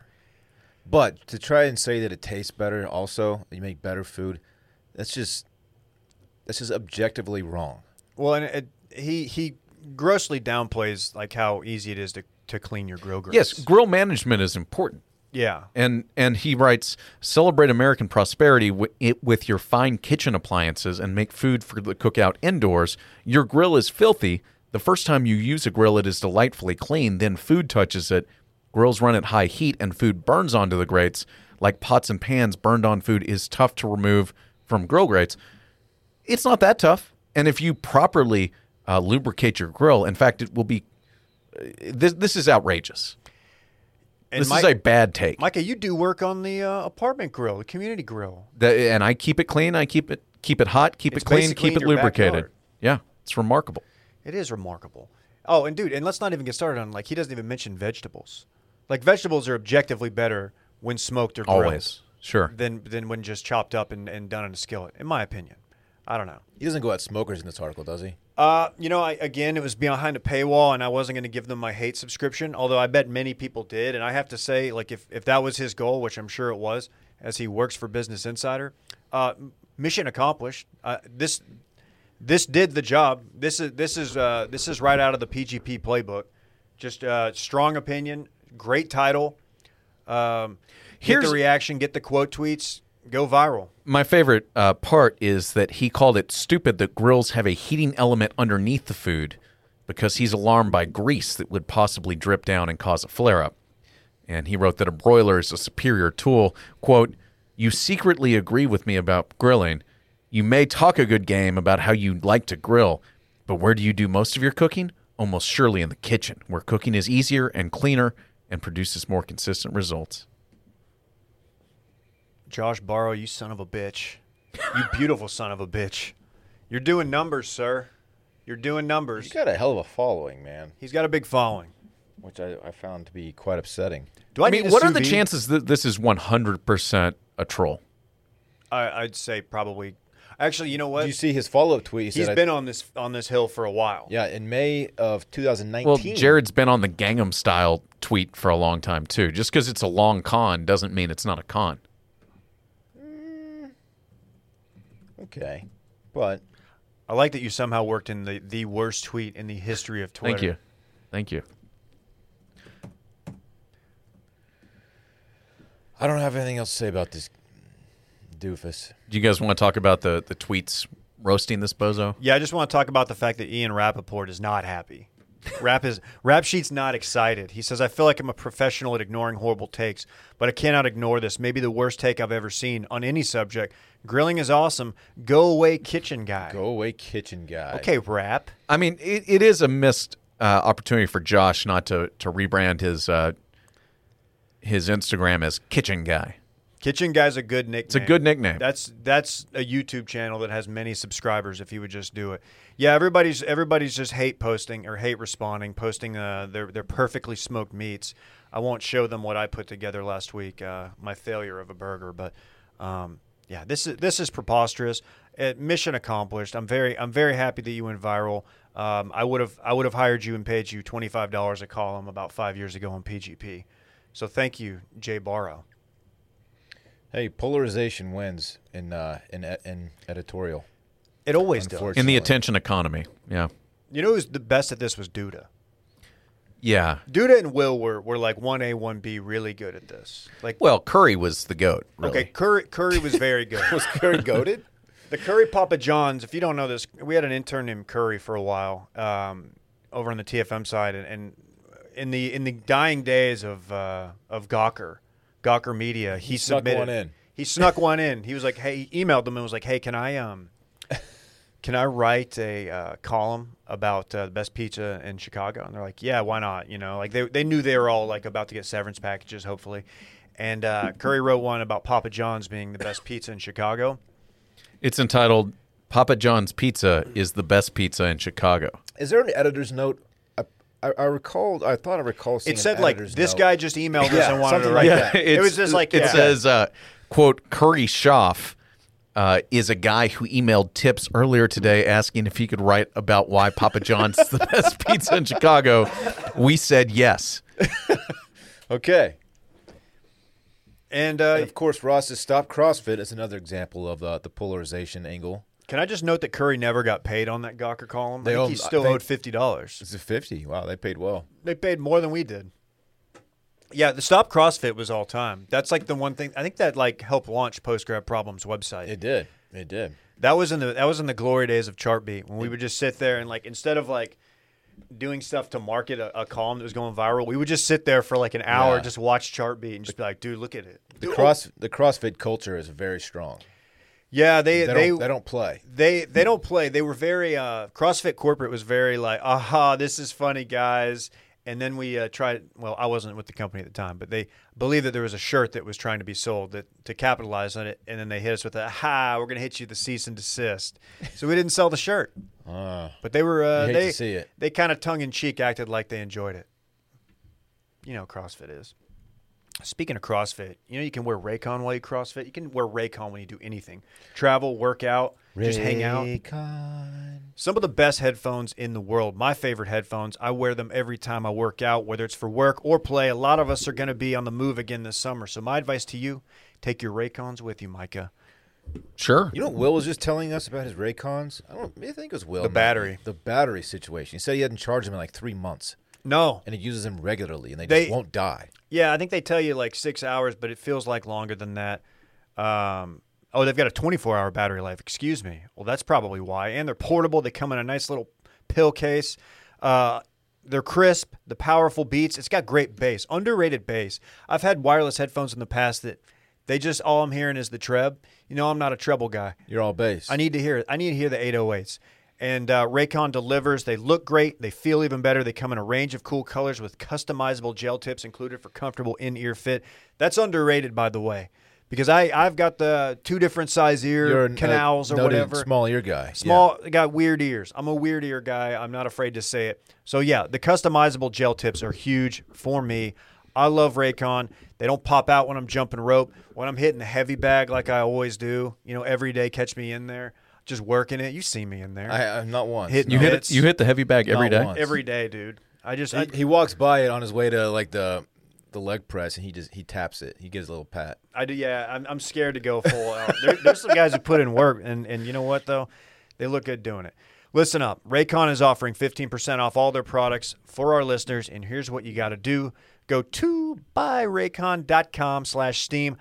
S2: But to try and say that it tastes better, also you make better food, that's just that's just objectively wrong.
S1: Well, and it, he he grossly downplays like how easy it is to, to clean your grill grates.
S3: Yes, grill management is important.
S1: Yeah.
S3: And and he writes, celebrate American prosperity wi- it, with your fine kitchen appliances and make food for the cookout indoors. Your grill is filthy. The first time you use a grill, it is delightfully clean. Then food touches it. Grills run at high heat and food burns onto the grates. Like pots and pans burned on food is tough to remove from grill grates. It's not that tough. And if you properly uh, lubricate your grill, in fact, it will be. uh, This this is outrageous.
S1: And
S3: this
S1: Mi-
S3: is a bad take.
S1: Micah, you do work on the uh, apartment grill, the community grill.
S3: that, and I keep it clean. I keep it keep it hot, keep
S1: It's
S3: it clean,
S1: basically
S3: keep
S1: in
S3: it
S1: your
S3: lubricated.
S1: backyard.
S3: Yeah, it's remarkable.
S1: It is remarkable. Oh, and dude, and let's not even get started on like he doesn't even mention vegetables. Like vegetables are objectively better when smoked or grilled
S3: Always, sure.
S1: than than when just chopped up and, and done in a skillet, in my opinion. I don't know.
S2: He doesn't go at smokers in this article, does he?
S1: Uh, you know, I, again, it was behind a paywall, and I wasn't going to give them my hate subscription. Although I bet many people did, and I have to say, like, if if that was his goal, which I'm sure it was, as he works for Business Insider, uh, m- mission accomplished. Uh, this this did the job. This is this is uh, this is right out of the PGP playbook. Just uh, strong opinion, great title. Um, get
S3: Here's-
S1: the reaction, get the quote tweets, go viral.
S3: My favorite uh, part is that he called it stupid that grills have a heating element underneath the food because he's alarmed by grease that would possibly drip down and cause a flare up. And he wrote that a broiler is a superior tool. Quote, You secretly agree with me about grilling. You may talk a good game about how you like to grill, but where do you do most of your cooking? Almost surely in the kitchen, where cooking is easier and cleaner and produces more consistent results.
S1: Josh Barrow, you son of a bitch. You beautiful son of a bitch. You're doing numbers, sir. You're doing
S2: He's
S1: numbers.
S2: got a hell of a following, man,
S1: He's got a big following.
S2: which I, I found to be quite upsetting.
S1: Do I,
S3: I mean,
S1: need a
S3: what are
S1: sous
S3: the
S1: vide?
S3: chances that this is 100% a troll?
S1: I, I'd say probably. Actually, you know what?
S2: Did you see his follow up tweet? He
S1: He's
S2: said, I-
S1: been on this on this hill for a while.
S2: yeah, in May of 2019.
S3: Well, Jared's been on the Gangnam Style tweet for a long time too. Just because it's a long con doesn't mean it's not a con.
S2: Okay, but
S1: I like that you somehow worked in the, the worst tweet in the history of Twitter.
S3: Thank you, thank you.
S2: I don't have anything else to say about this doofus.
S3: Do you guys want to talk about the the tweets roasting this bozo?
S1: Yeah, I just want to talk about the fact that Ian Rappaport is not happy. Rap is Rap Sheet's not excited. He says, I feel like I'm a professional at ignoring horrible takes, but I cannot ignore this. Maybe the worst take I've ever seen on any subject. Grilling is awesome. Go away, kitchen guy.
S2: Go away, kitchen guy.
S1: Okay, rap.
S3: I mean, it, it is a missed uh, opportunity for Josh not to to rebrand his uh, his Instagram as Kitchen Guy.
S1: Kitchen guy's a good nickname. It's
S3: a good nickname.
S1: That's that's a YouTube channel that has many subscribers. If you would just do it, yeah. Everybody's everybody's just hate posting or hate responding, posting uh, their their perfectly smoked meats. I won't show them what I put together last week, uh, my failure of a burger. But um, yeah, this is this is preposterous. Uh, mission accomplished. I'm very I'm very happy that you went viral. Um, I would have I would have hired you and paid you twenty five dollars a column about five years ago on PGP. So thank you, Jay Barrow.
S2: Hey, polarization wins in uh, in e- in editorial.
S1: It always does.
S2: Unfortunately.
S3: In the attention economy, yeah,
S1: You know who's the best at this was Duda.
S3: yeah.
S1: Duda and Will were, were like one A, one B, really good at this. Like
S3: Well, Curry was the goat. Really.
S1: okay, Curry Curry was very good.
S2: Curry goaded.
S1: the Curry Papa John's. If you don't know this, we had an intern named Curry for a while um, over on the TFM side, and, and in the in the dying days of uh, of Gawker, Gawker Media, he,
S2: snuck
S1: submitted
S2: one in.
S1: He snuck one in. He was like, hey, he emailed them and was like, hey, can I um, can I write a uh, column about uh, the best pizza in Chicago? And they're like, yeah, why not? You know, like they, they knew they were all like about to get severance packages, hopefully. And uh, Curry wrote one about Papa John's being the best pizza in Chicago.
S3: It's entitled "Papa John's Pizza is the best pizza in Chicago."
S2: Is there an editor's note? I, I, I recall. I thought I recall. Seeing
S1: It said
S2: an
S1: like
S2: editor's
S1: this
S2: note.
S1: guy just emailed us
S2: Yeah,
S1: and wanted to
S2: something
S1: write
S2: like
S1: that.
S2: that.
S1: It was
S3: it's-
S1: just like
S3: it
S1: yeah.
S3: says, uh, "quote Curry uh, Schaff uh, is a guy who emailed tips earlier today asking if he could write about why Papa John's is the best pizza in Chicago. We said yes.
S2: Okay.
S1: And, uh,
S2: And of course, Ross has stopped CrossFit is another example of uh, the polarization angle.
S1: can I just note that Curry never got paid on that Gawker column?
S2: They
S1: I think
S2: owe-
S1: he still
S2: they-
S1: owed fifty dollars.
S2: It's a 50. Wow, they paid well.
S1: They paid more than we did. Yeah, the stop CrossFit was all time. That's like the one thing I think that like helped launch Post Grad Problems website.
S2: It did. It did.
S1: That was in the that was in the glory days of Chartbeat when we would just sit there and like instead of like doing stuff to market a, a column that was going viral, we would just sit there for like an hour
S2: Yeah.
S1: just watch Chartbeat and just be like, dude, look at it.
S2: The cross the CrossFit culture is very strong.
S1: Yeah, they
S2: They,
S1: they
S2: don't, they don't play.
S1: they they don't play. They were very uh, CrossFit corporate was very like, aha, this is funny, guys. And then we uh, tried. Well, I wasn't with the company at the time, but they believed that there was a shirt that was trying to be sold that to capitalize on it. And then they hit us with a "Ha, we're going to hit you the cease and desist." So we didn't sell the shirt,
S2: Uh,
S1: but they were uh,
S2: You hate to
S1: they
S2: see it.
S1: they kind of tongue in cheek acted like they enjoyed it. You know, CrossFit is. Speaking of CrossFit, you know you can wear Raycon while you CrossFit. You can wear Raycon when you do anything, travel, work out, just hang out.
S2: Raycon.
S1: Some of the best headphones in the world. My favorite headphones. I wear them every time I work out, whether it's for work or play. A lot of us are going to be on the move again this summer. So my advice to you, take your Raycons with you, Micah.
S3: Sure.
S2: You know what Will was just telling us about his Raycons? I don't I think it was Will.
S1: The
S2: might be.
S1: battery.
S2: The battery situation. He said he hadn't charged them in like three months
S1: No.
S2: and he uses them regularly and they,
S1: They-
S2: just won't die.
S1: Yeah, I think they tell you like 6 hours, but it feels like longer than that. Um Oh, they've got a 24-hour battery life. Excuse me. Well, that's probably why. And they're portable. They come in a nice little pill case. Uh they're crisp, the powerful beats. It's got great bass, underrated bass. I've had wireless headphones in the past that They just all I'm hearing is the treb. You know, I'm not a treble guy.
S2: You're all bass.
S1: I need to hear it. I need to hear the 808s. And uh, Raycon delivers. They look great. They feel even better. They come in a range of cool colors with customizable gel tips included for comfortable in-ear fit. That's underrated, by the way, because I I've got the two different size ear
S2: You're an- a
S1: canals or
S2: noted
S1: whatever.
S2: Small ear guy.
S1: Small I got weird ears. I'm a weird ear guy. I'm not afraid to say it. So yeah, the customizable gel tips are huge for me. I love Raycon. They don't pop out when I'm jumping rope. When I'm hitting the heavy bag like I always do, you know, every day catch me in there, just working it. You see me in there
S2: Yeah. I, I'm not one.
S1: Hit-
S3: You hit
S1: It's-
S3: it, you hit the heavy bag every
S2: Not
S3: day.
S2: once.
S1: every day, dude. I just I,
S2: He, he walks by it on his way to like the the leg press, and he just he taps it. He gives a little pat.
S1: I do. Yeah, I'm, I'm scared to go full out. There, there's some guys who put in work, and and you know what though, they look good doing it. Listen up, Raycon is offering 15% off all their products for our listeners, and here's what you got to do: go to buyraycon.com/steam,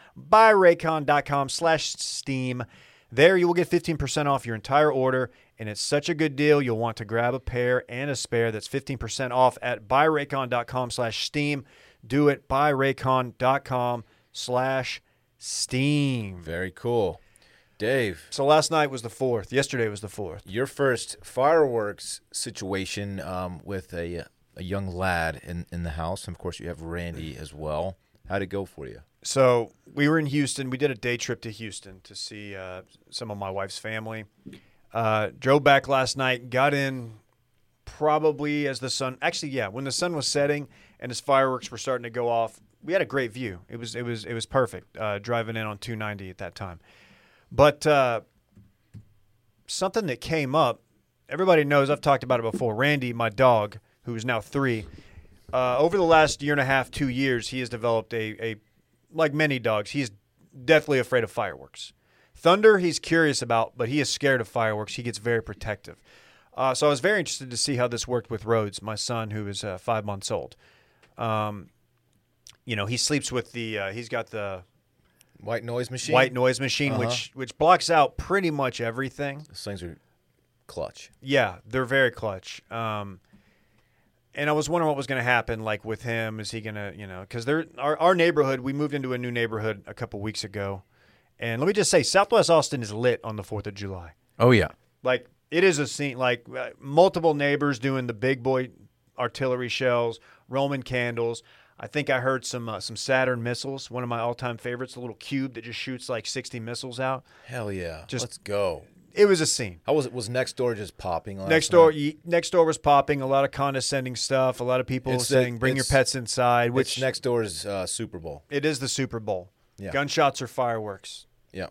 S1: buyraycon.com/steam. There, you will get 15% off your entire order, and it's such a good deal. You'll want to grab a pair and a spare. That's 15% off at buyraycon.com slash steam. Do it, buyraycon.com slash steam.
S2: Very cool, Dave.
S1: So last night was the fourth. Yesterday was the fourth.
S2: Your first fireworks situation um, with a a young lad in in the house, and of course you have Randy as well. How'd it go for you?
S1: So we were in Houston. We did a day trip to Houston to see uh, some of my wife's family. Uh, drove back last night, got in probably as the sun actually yeah when the sun was setting and his fireworks were starting to go off we had a great view it was it was it was perfect uh, driving in on 290 at that time but uh, something that came up everybody knows i've talked about it before randy my dog who is now three uh, over the last year and a half two years he has developed a, a like many dogs he's deathly afraid of fireworks thunder he's curious about but he is scared of fireworks he gets very protective uh, so I was very interested to see how this worked with Rhodes, my son, who is uh, five months old. Um, you know, he sleeps with the uh, he's got the
S2: White noise machine.
S1: white noise machine, which which blocks out pretty much everything.
S2: Those things are clutch.
S1: Yeah, they're very clutch. Um, and I was wondering what was going to happen, like with him. Is he going to, you know, because they're our, our neighborhood. We moved into a new neighborhood a couple weeks ago, and let me just say, Southwest Austin is lit on the Fourth of July.
S3: Oh yeah.
S1: like it is a scene like uh, multiple neighbors doing the big boy artillery shells roman candles i think i heard some uh, some saturn missiles one of my all-time favorites the little cube that just shoots like 60 missiles out
S2: Hell yeah!
S1: Just-
S2: Let's go.
S1: it was a scene
S2: How was it? Was next door just popping? Last
S1: next
S2: night?
S1: door ye- next door was popping a lot of condescending stuff a lot of people
S2: It's the-
S1: saying bring your
S2: it's-
S1: pets inside
S2: Which
S1: which
S2: next door's uh, Super Bowl?
S1: it is the super bowl
S2: Yeah.
S1: gunshots or fireworks
S2: Yeah.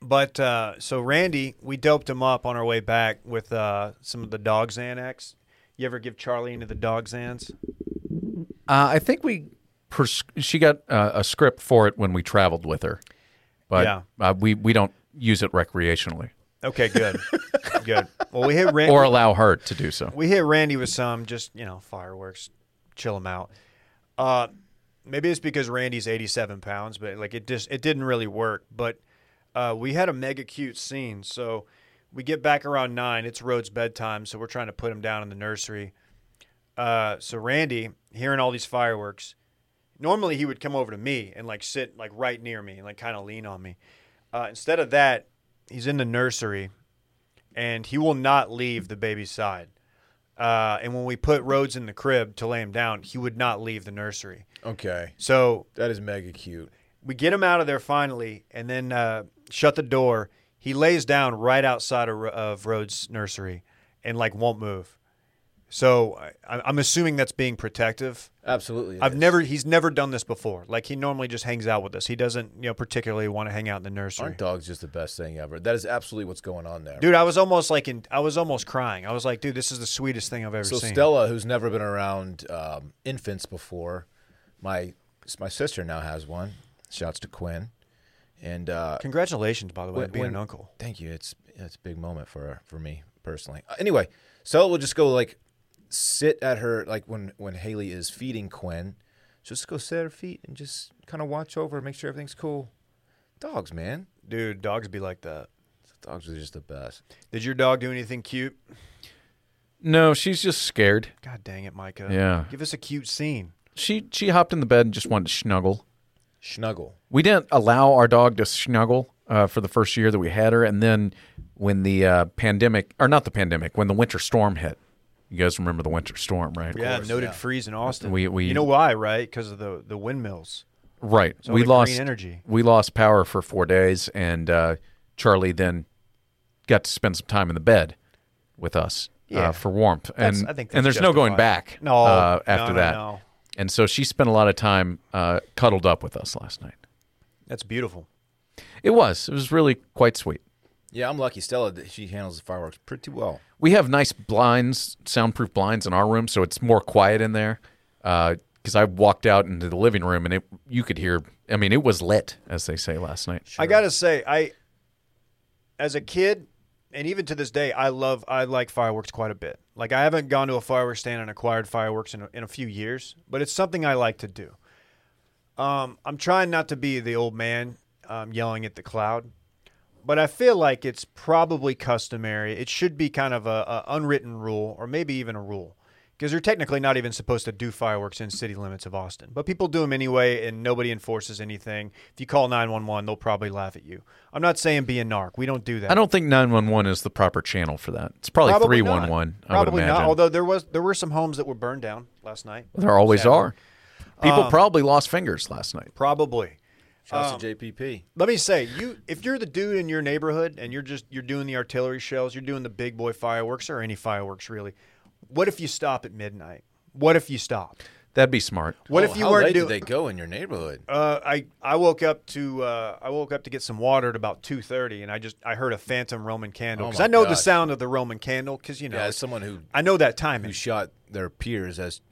S1: But uh, so Randy, we doped him up on our way back with uh, some of the dog Xanax. You ever give Charlie into the dog Xans?
S3: Uh, I think we pers- she got uh, a script for it when we traveled with her, but
S1: Yeah.
S3: uh, we we don't use it recreationally
S1: Okay, good, good. Well, we hit Randy.
S3: or allow her to do so.
S1: we hit Randy with some just you know fireworks, chill him out. Uh, maybe it's because Randy's 87 pounds, but like it just it didn't really work. But uh, we had a mega cute scene, so we get back around nine. It's Rhodes' bedtime, so we're trying to put him down in the nursery. Uh, so Randy, hearing all these fireworks, normally he would come over to me and like sit like right near me and like kind of lean on me. Uh, instead of that, he's in the nursery, and he will not leave the baby's side. Uh, and when we put Rhodes in the crib to lay him down, he would not leave the nursery.
S2: Okay,
S1: So
S2: that is mega cute.
S1: we get him out of there finally, and then uh, shut the door. He lays down right outside of, Ro- of Rhodes' nursery, and like won't move. So I, I'm assuming that's being protective.
S2: Absolutely, it
S1: I've
S2: is.
S1: never he's never done this before. Like he normally just hangs out with us. He doesn't you know particularly want to hang out in the nursery.
S2: Aren't dogs just the best thing ever? That is absolutely what's going on there.
S1: Dude, I was almost like in, I was almost crying. I was like, dude, this is the sweetest thing I've ever
S2: so
S1: seen.
S2: Stella, who's never been around um, infants before, my my sister now has one. Shouts to Quinn, and uh,
S1: Congratulations, by the way,
S2: When-
S1: on being
S2: when-
S1: an uncle.
S2: Thank you. It's it's a big moment for for me personally. Uh, anyway, Stella will just go like sit at her like when when Haley is feeding Quinn, she'll just go sit at her feet and just kind of watch over, make sure everything's cool. Dogs, man,
S1: Dude, dogs be like that.
S2: dogs are just the best.
S1: Did your dog do anything cute?
S3: No, she's just scared.
S1: God dang it, Micah.
S3: Yeah.
S1: Give us a cute scene.
S3: She she hopped in the bed and just wanted to snuggle.
S2: Snuggle.
S3: We didn't allow our dog to snuggle uh, for the first year that we had her, and then when the uh, pandemic or not the pandemic, when the winter storm hit, you guys remember the winter storm, right?
S1: yeah, noted freeze in Austin.
S3: We- we-
S1: you know why, right? Because of the, the windmills.
S3: Right.
S1: all
S3: we
S1: the green
S3: lost
S1: energy.
S3: We lost power for four days, and uh, Charlie then got to spend some time in the bed with us
S1: Yeah.
S3: uh, for warmth.
S1: That's-
S3: and
S1: I think
S3: and
S1: that's
S3: there's no going
S1: justified.
S3: back.
S1: No,
S3: uh,
S1: no,
S3: after
S1: no,
S3: that.
S1: no.
S3: And so she spent a lot of time uh, cuddled up with us last night.
S1: That's beautiful.
S3: It was. It was really quite sweet.
S2: Yeah, I'm lucky. Stella, th- she handles the fireworks pretty well.
S3: We have nice blinds, soundproof blinds in our room, so it's more quiet in there. Because I walked out into the living room and it, you could hear. I mean, it was lit, as they say last night.
S1: I gotta say, I as a kid and even to this day, I love I like fireworks quite a bit. Like I haven't gone to a fireworks stand and acquired fireworks in a, in a few years, but it's something I like to do. Um, I'm trying not to be the old man um, yelling at the cloud, but I feel like it's probably customary. It should be kind of a, a unwritten rule, or maybe even a rule, because you're technically not even supposed to do fireworks in city limits of Austin, but people do them anyway, and nobody enforces anything. If you call 911, they'll probably laugh at you. I'm not saying be a narc. We don't do that.
S3: I don't think 911 is the proper channel for that. It's probably,
S1: Probably not.
S3: 311, I would
S1: Probably
S3: imagine.
S1: not. Although there was there were some homes that were burned down last night.
S3: there always
S1: Sadly. Um,
S3: are. People probably lost fingers last night.
S1: Probably.
S2: Shouts to JPP.
S1: Let me say, you if you're the dude in your neighborhood and you're just you're doing the artillery shells, you're doing the big boy fireworks or any fireworks really. What if you stop at midnight? What if you stop?
S3: That'd be smart.
S1: What
S2: Oh,
S1: if you
S2: how
S1: weren't
S2: late
S1: doing?
S2: did they go in your neighborhood?
S1: uh, I I woke up to uh, I woke up to get some water at about two thirty, and I just I heard a phantom Roman candle
S2: Oh
S1: because
S2: my
S1: I know the
S2: gosh.
S1: sound of the Roman candle because you know
S2: Yeah, as someone who
S1: I know that timing
S2: who shot their peers as a-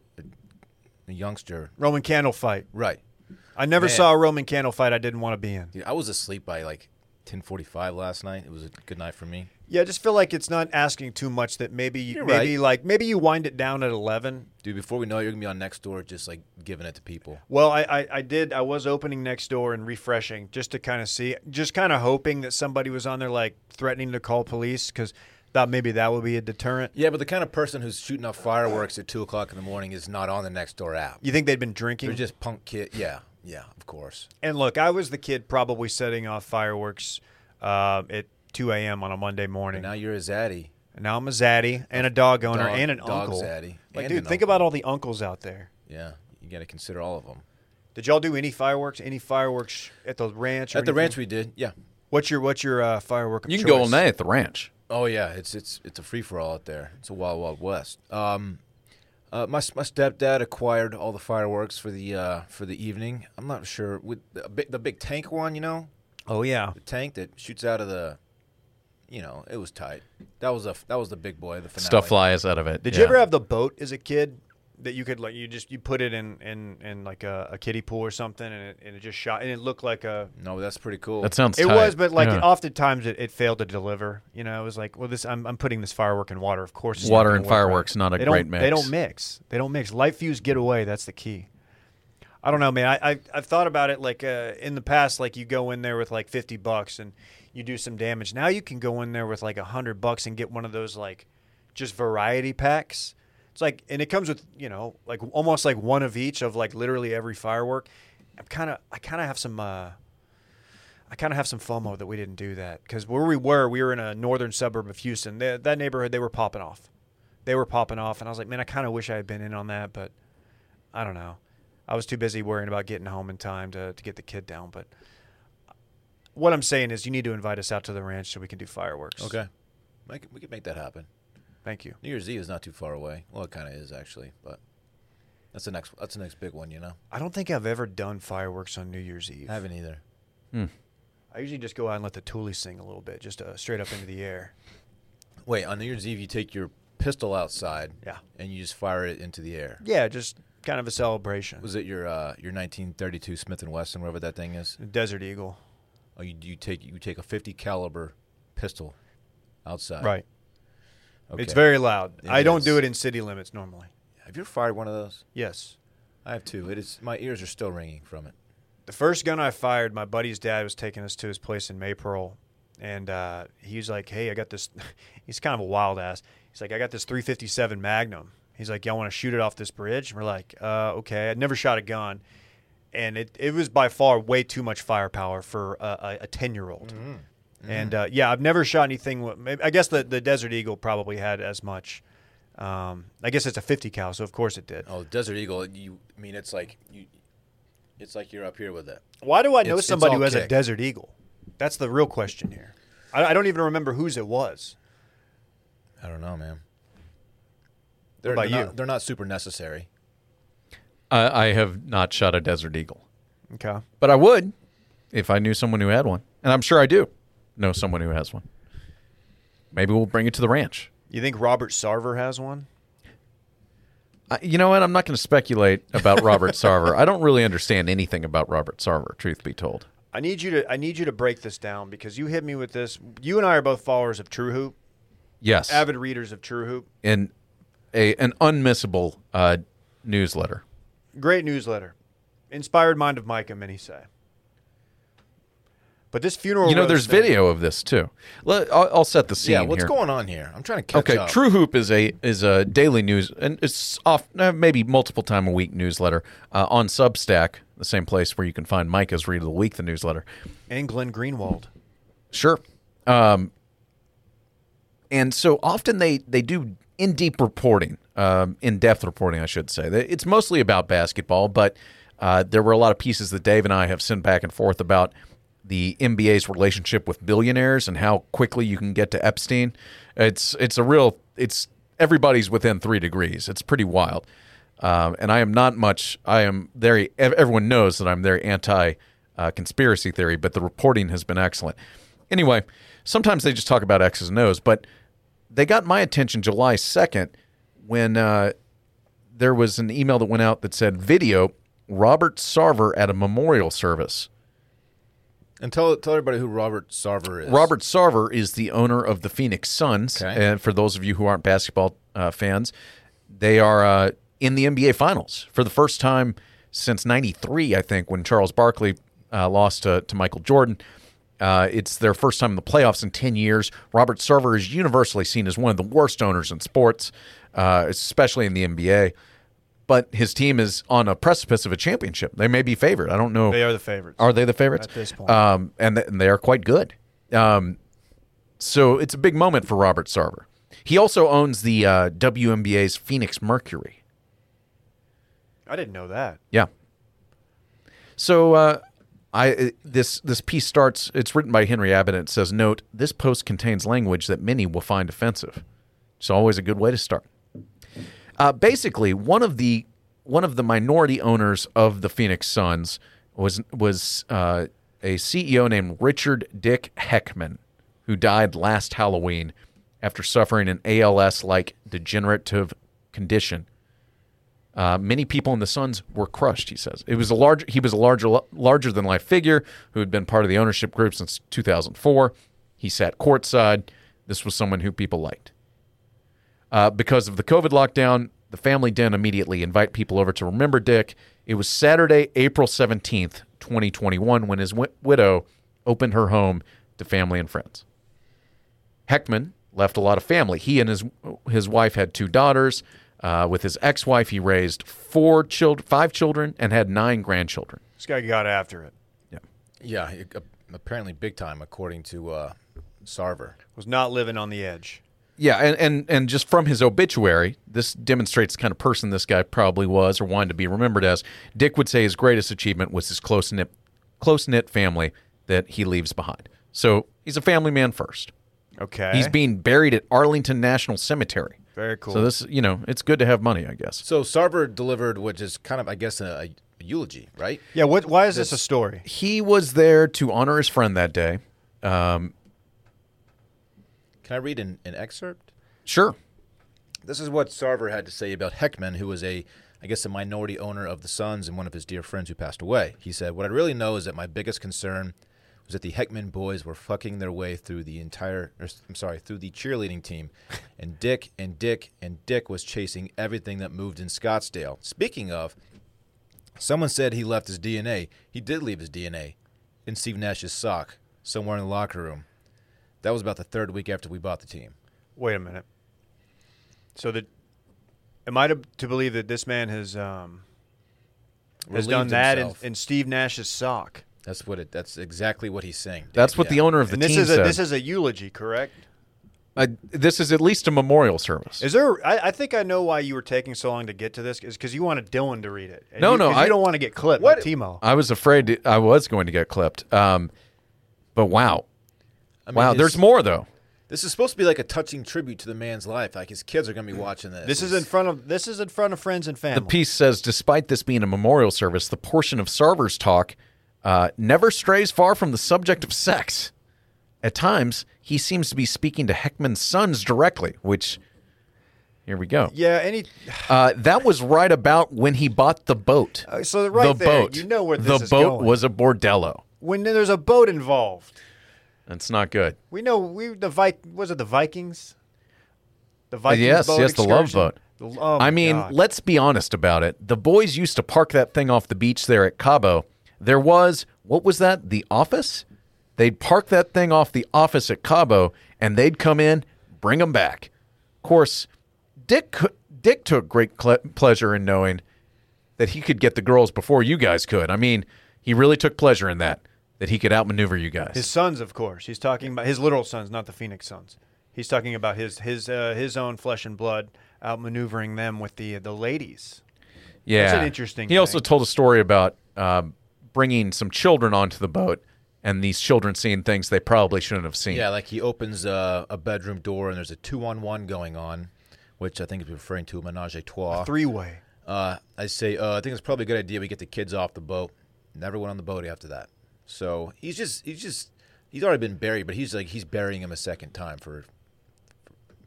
S2: a youngster,
S1: Roman candle fight.
S2: right?
S1: I never
S2: Man.
S1: saw a Roman candle fight I didn't want to be in.
S2: Dude, I was asleep by like 10:45 last night. It was a good night for me.
S1: Yeah, I just feel like it's not asking too much. That maybe you
S2: You're
S1: maybe
S2: right.
S1: like maybe you wind it down at eleven.
S2: Dude, before we know it, you're gonna be on next door, just like giving it to people.
S1: Well, I, I I did. I was opening next door and refreshing just to kind of see, just kind of hoping that somebody was on there like threatening to call police because thought maybe that would be a deterrent.
S2: Yeah, but the kind of person who's shooting off fireworks at two o'clock in the morning is not on the next door app.
S1: You think they'd been
S2: They're
S1: drinking?
S2: just punk kid. Yeah, yeah, of course.
S1: and look, I was the kid probably setting off fireworks uh, at two a.m. on a Monday morning.
S2: And now you're a zaddy.
S1: And now I'm a zaddy and a dog owner
S2: Dog-
S1: and an
S2: dog
S1: uncle.
S2: zaddy
S1: Like,
S2: and
S1: dude,
S2: an
S1: think
S2: uncle.
S1: about all the uncles out there.
S2: Yeah, you got to consider all of them.
S1: Did y'all do any fireworks? Any fireworks at the ranch? Or
S2: At the
S1: anything?
S2: ranch, we did. Yeah.
S1: What's your what's your uh, firework? Of
S3: You can
S1: choice?
S3: go all night at the ranch.
S2: Oh yeah, it's it's it's a free for all out there. It's a wild wild west. Um, uh, my my stepdad acquired all the fireworks for the uh, for the evening. I'm not sure with the big, the big tank one, you know.
S1: Oh yeah,
S2: the tank that shoots out of the, you know, it was tight. That was a that was the big boy. The finale.
S3: Stuff flies out of it.
S1: Did
S3: yeah.
S1: you ever have the boat as a kid that you could like you just you put it in in in like a, a kiddie pool or something and it, and it just shot and it looked like a
S2: No, that's pretty cool.
S3: That sounds.
S1: it
S3: tight.
S1: was but like
S3: Yeah.
S1: oftentimes it, it failed to deliver you know it was like well this I'm, I'm putting this firework in water of course it's not
S3: Water
S1: gonna
S3: and
S1: work right.
S3: fireworks, not a
S1: they
S3: great
S1: don't,
S3: mix.
S1: they don't mix they don't mix light fuse get away that's the key I don't know man I, I I've thought about it like uh, in the past like you go in there with like 50 bucks and you do some damage now you can go in there with like 100 bucks and get one of those like just variety packs. It's like, and it comes with you know, like almost like one of each of like literally every firework. I'm kind of, I kind of have some, uh, I kind of have some FOMO that we didn't do that because where we were, we were in a northern suburb of Houston. That that neighborhood, they were popping off, they were popping off, and I was like, man, I kind of wish I had been in on that, but I don't know. I was too busy worrying about getting home in time to to get the kid down. But uh, what I'm saying is, you need to invite us out to the ranch so we can do fireworks.
S2: Okay, Make it- we could make that happen.
S1: thank you.
S2: New Year's Eve is not too far away. Well, it kind of is actually, but that's the next. That's the next big one. You know,
S1: I don't think I've ever done fireworks on New Year's Eve.
S2: I haven't either.
S3: Hmm.
S1: I usually just go out and let the Thule sing a little bit, just uh, straight up into the air.
S2: Wait, on New Year's Eve, you take your pistol outside.
S1: Yeah.
S2: and you just fire it into the air.
S1: Yeah, just kind of a celebration.
S2: Was it your uh, your 1932 Smith and Wesson, whatever that thing is?
S1: Desert Eagle.
S2: Oh, you, you take you take a 50 caliber pistol outside.
S1: Right.
S2: Okay.
S1: It's very loud.
S2: It
S1: I don't
S2: is.
S1: do it in city limits normally.
S2: Have you ever fired one of those?
S1: Yes.
S2: I have two. It is. My ears are still ringing from it.
S1: The first gun I fired, my buddy's dad was taking us to his place in Maypearl, and uh, he was like, "Hey, I got this." He's kind of a wild ass. He's like, "I got this 357 Magnum." He's like, "Y'all want to shoot it off this bridge?" And we're like, uh, "Okay." I'd never shot a gun, and it it was by far way too much firepower for a a ten year old.
S2: Mm-hmm.
S1: And uh, yeah, I've never shot anything. with- maybe- I guess the the Desert Eagle probably had as much. Um, I guess it's a 50 cal, so of course it did.
S2: Oh, Desert Eagle. You I mean it's like you, it's like you're up here with it.
S1: Why do I
S2: It's-
S1: know
S2: it's
S1: somebody
S2: all
S1: who has a
S2: kick.
S1: Desert Eagle? That's the real question here. I, I don't even remember whose it was.
S2: I don't know, man. They're,
S1: about
S2: they're
S1: you?
S2: Not, they're not super necessary.
S3: I, I have not shot a Desert Eagle,
S1: Okay.
S3: but I would if I knew someone who had one, and I'm sure I do know someone who has one. Maybe we'll bring it to the ranch.
S1: You think Robert Sarver has one?
S3: I, you know what? I'm not going to speculate about Robert Sarver. I don't really understand anything about Robert Sarver, truth be told.
S1: I need you to I need you to break this down because you hit me with this. You and I are both followers of True Hoop,
S3: Yes,
S1: avid readers of True Hoop.
S3: in a an unmissable uh, newsletter.
S1: Great newsletter. Inspired mind of Micah, many say. But this funeral
S3: You know,
S1: roast
S3: there's
S1: thing-
S3: video of this too. Let, I'll, I'll set the scene.
S2: yeah, what's
S3: here.
S2: going on here? I'm trying to catch
S3: Okay,
S2: up.
S3: True Hoop is a is a daily news and it's off uh, maybe multiple time a week newsletter uh, on Substack, the same place where you can find Micah's Read of the Week, the newsletter.
S1: and Glenn Greenwald.
S3: Sure. Um, and so often they, they do in deep reporting, um, in depth reporting, I should say. They- It's mostly about basketball, but uh, there were a lot of pieces that Dave and I have sent back and forth about the NBA's relationship with billionaires and how quickly you can get to Epstein. It's it's a real it's everybody's within three degrees. It's pretty wild. Um, and I am not much. I am very. ev- Everyone knows that I'm very anti uh, conspiracy theory, but the reporting has been excellent. Anyway, sometimes they just talk about X's and O's, but they got my attention July 2nd when uh, there was an email that went out that said video Robert Sarver at a memorial service.
S2: And tell tell everybody who Robert Sarver is.
S3: Robert Sarver is the owner of the Phoenix Suns.
S2: Okay.
S3: And for those of you who aren't basketball uh, fans, they are uh, in the NBA Finals for the first time since '93, I think, when Charles Barkley uh, lost to, to Michael Jordan. Uh, it's their first time in the playoffs in 10 years. Robert Sarver is universally seen as one of the worst owners in sports, uh, especially in the NBA. But his team is on a precipice of a championship. They may be favored. I don't know.
S1: They are the favorites.
S3: Are they the favorites
S1: At this point.
S3: Um, and, th- and they are quite good. Um, so it's a big moment for Robert Sarver. He also owns the uh, WNBA's Phoenix Mercury.
S1: I didn't know that.
S3: Yeah. So uh, I uh, this this piece starts. It's written by Henry Abbott. And it says, "Note: This post contains language that many will find offensive." It's always a good way to start. Uh, basically, one of the one of the minority owners of the Phoenix Suns was was uh, a CEO named Richard Dick Heckman, who died last Halloween after suffering an ALS like degenerative condition. Uh, many people in the Suns were crushed. He says it was a large. He was a larger, larger than life figure who had been part of the ownership group since 2004. He sat courtside. This was someone who people liked. Uh, because of the COVID lockdown, the family didn't immediately invite people over to remember Dick. It was Saturday, April 17th, 2021, when his wi- widow opened her home to family and friends. Heckman left a lot of family. He and his his wife had two daughters. Uh, with his ex-wife, he raised four children, five children, and had nine grandchildren.
S1: This guy got after it.
S2: Yeah, it- uh, apparently big time, according to uh, Sarver.
S1: Was not living on the edge.
S3: Yeah, and, and and just from his obituary, this demonstrates the kind of person this guy probably was or wanted to be remembered as. Dick would say his greatest achievement was his close knit close knit family that he leaves behind. So he's a family man first.
S1: Okay.
S3: He's being buried at Arlington National Cemetery.
S1: Eh? Very cool.
S3: So this, you know, it's good to have money, I guess.
S2: So Sarver delivered, which is kind of, I guess, a, a eulogy, right?
S1: yeah. What? Why is this, a story?
S3: He was there to honor his friend that day. Um,
S2: Can I read an, an excerpt?
S3: sure.
S2: This is what Sarver had to say about Heckman, who was a, I guess, a minority owner of the Suns and one of his dear friends who passed away. He said, What I really know is that my biggest concern was that the Heckman boys were fucking their way through the entire, or, s- I'm sorry, through the cheerleading team. And Dick and Dick and Dick was chasing everything that moved in Scottsdale. Speaking of, someone said he left his DNA. He did leave his DNA in Steve Nash's sock somewhere in the locker room. That was about the third week after we bought the team.
S1: Wait a minute. So that am I to, to believe that this man has um, has
S2: Relieved
S1: done that in,
S2: himself.
S1: in Steve Nash's sock?
S2: That's what it. That's exactly what he's saying. Dave.
S3: That's what
S2: Yeah.
S3: the owner of the
S1: and
S3: team
S1: this is a,
S3: said.
S1: this is a eulogy, correct?
S3: Uh, this is at least a memorial service.
S1: Is there? I, I think I know why you were taking so long to get to this. Is because you wanted Dylan to read it. And
S3: No,
S1: you,
S3: no,
S1: 'cause you
S3: I- Uh,
S1: don't want to get clipped. What
S2: What-
S1: Timo?
S3: I was afraid I was going to get clipped. Um, but wow,
S2: I mean,
S3: wow.
S2: his-
S3: There's more though.
S2: This is supposed to be like a touching tribute to the man's life. Like his kids are gonna be watching this.
S1: This is in
S2: It's-
S1: front of this is in front of friends and family.
S3: The piece says, despite this being a memorial service, the portion of Sarver's talk uh, never strays far from the subject of sex. At times, he seems to be speaking to Heckman's sons directly, which here we go.
S1: yeah, any
S3: Uh, that was right about when he bought the boat.
S1: Uh, so right
S3: the
S1: there,
S3: boat.
S1: you know where
S3: the
S1: this is
S3: boat
S1: going.
S3: was a bordello.
S1: when there's a boat involved.
S3: That's not good.
S1: We know we the Vik was it the Vikings? The Vikings
S3: Uh, yes,
S1: boat
S3: yes, the love
S1: excursion?
S3: boat.
S1: The- oh my
S3: I mean,
S1: God.
S3: let's be honest about it. The boys used to park that thing off the beach there at Cabo. There was, what was that? The office? They'd park that thing off the office at Cabo and they'd come in, bring them back. Of course, Dick cou- Dick took great cle pleasure in knowing that he could get the girls before you guys could. I mean, he really took pleasure in that that he could outmaneuver you guys.
S1: his sons, of course. He's talking about his literal sons, not the Phoenix sons. He's talking about his his uh, his own flesh and blood outmaneuvering them with the the ladies.
S3: Yeah,
S1: That's an interesting
S3: He also
S1: thing.
S3: told a story about um, bringing some children onto the boat, and these children seeing things they probably shouldn't have seen.
S2: yeah, like he opens a, a bedroom door and there's a two-on-one going on, which I think is referring to a menage a trois.
S1: Three way.
S2: Uh, I say, uh, I think it's probably a good idea we get the kids off the boat. Never went on the boat after that. So he's just, he's just, he's already been buried, but he's like, he's burying him a second time for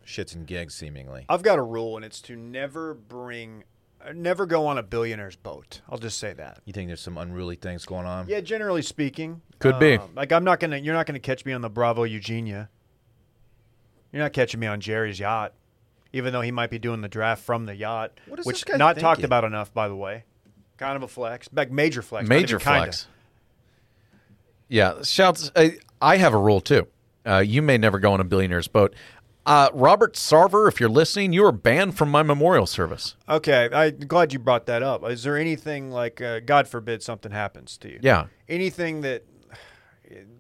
S2: shits and gigs, seemingly.
S1: I've got a rule, and it's to never bring, uh, never go on a billionaire's boat. I'll just say that.
S2: You think there's some unruly things going on?
S1: Yeah, generally speaking,
S3: Could be.
S1: um, Like I'm not gonna, you're not gonna catch me on the Bravo Eugenia. You're not catching me on Jerry's yacht, even though he might be doing the draft from the yacht,
S2: What is
S1: which
S2: this guy
S1: not talked
S2: thinking?
S1: about enough, by the way. Kind of a flex, like major flex, not
S3: major
S1: even kinda.
S3: flex. Yeah, shouts. I, I have a rule too. Uh, you may never go on a billionaire's boat. Uh, Robert Sarver, if you're listening, you are banned from my memorial service.
S1: Okay, I'm glad you brought that up. Is there anything like, uh, God forbid, something happens to you?
S3: Yeah.
S1: Anything that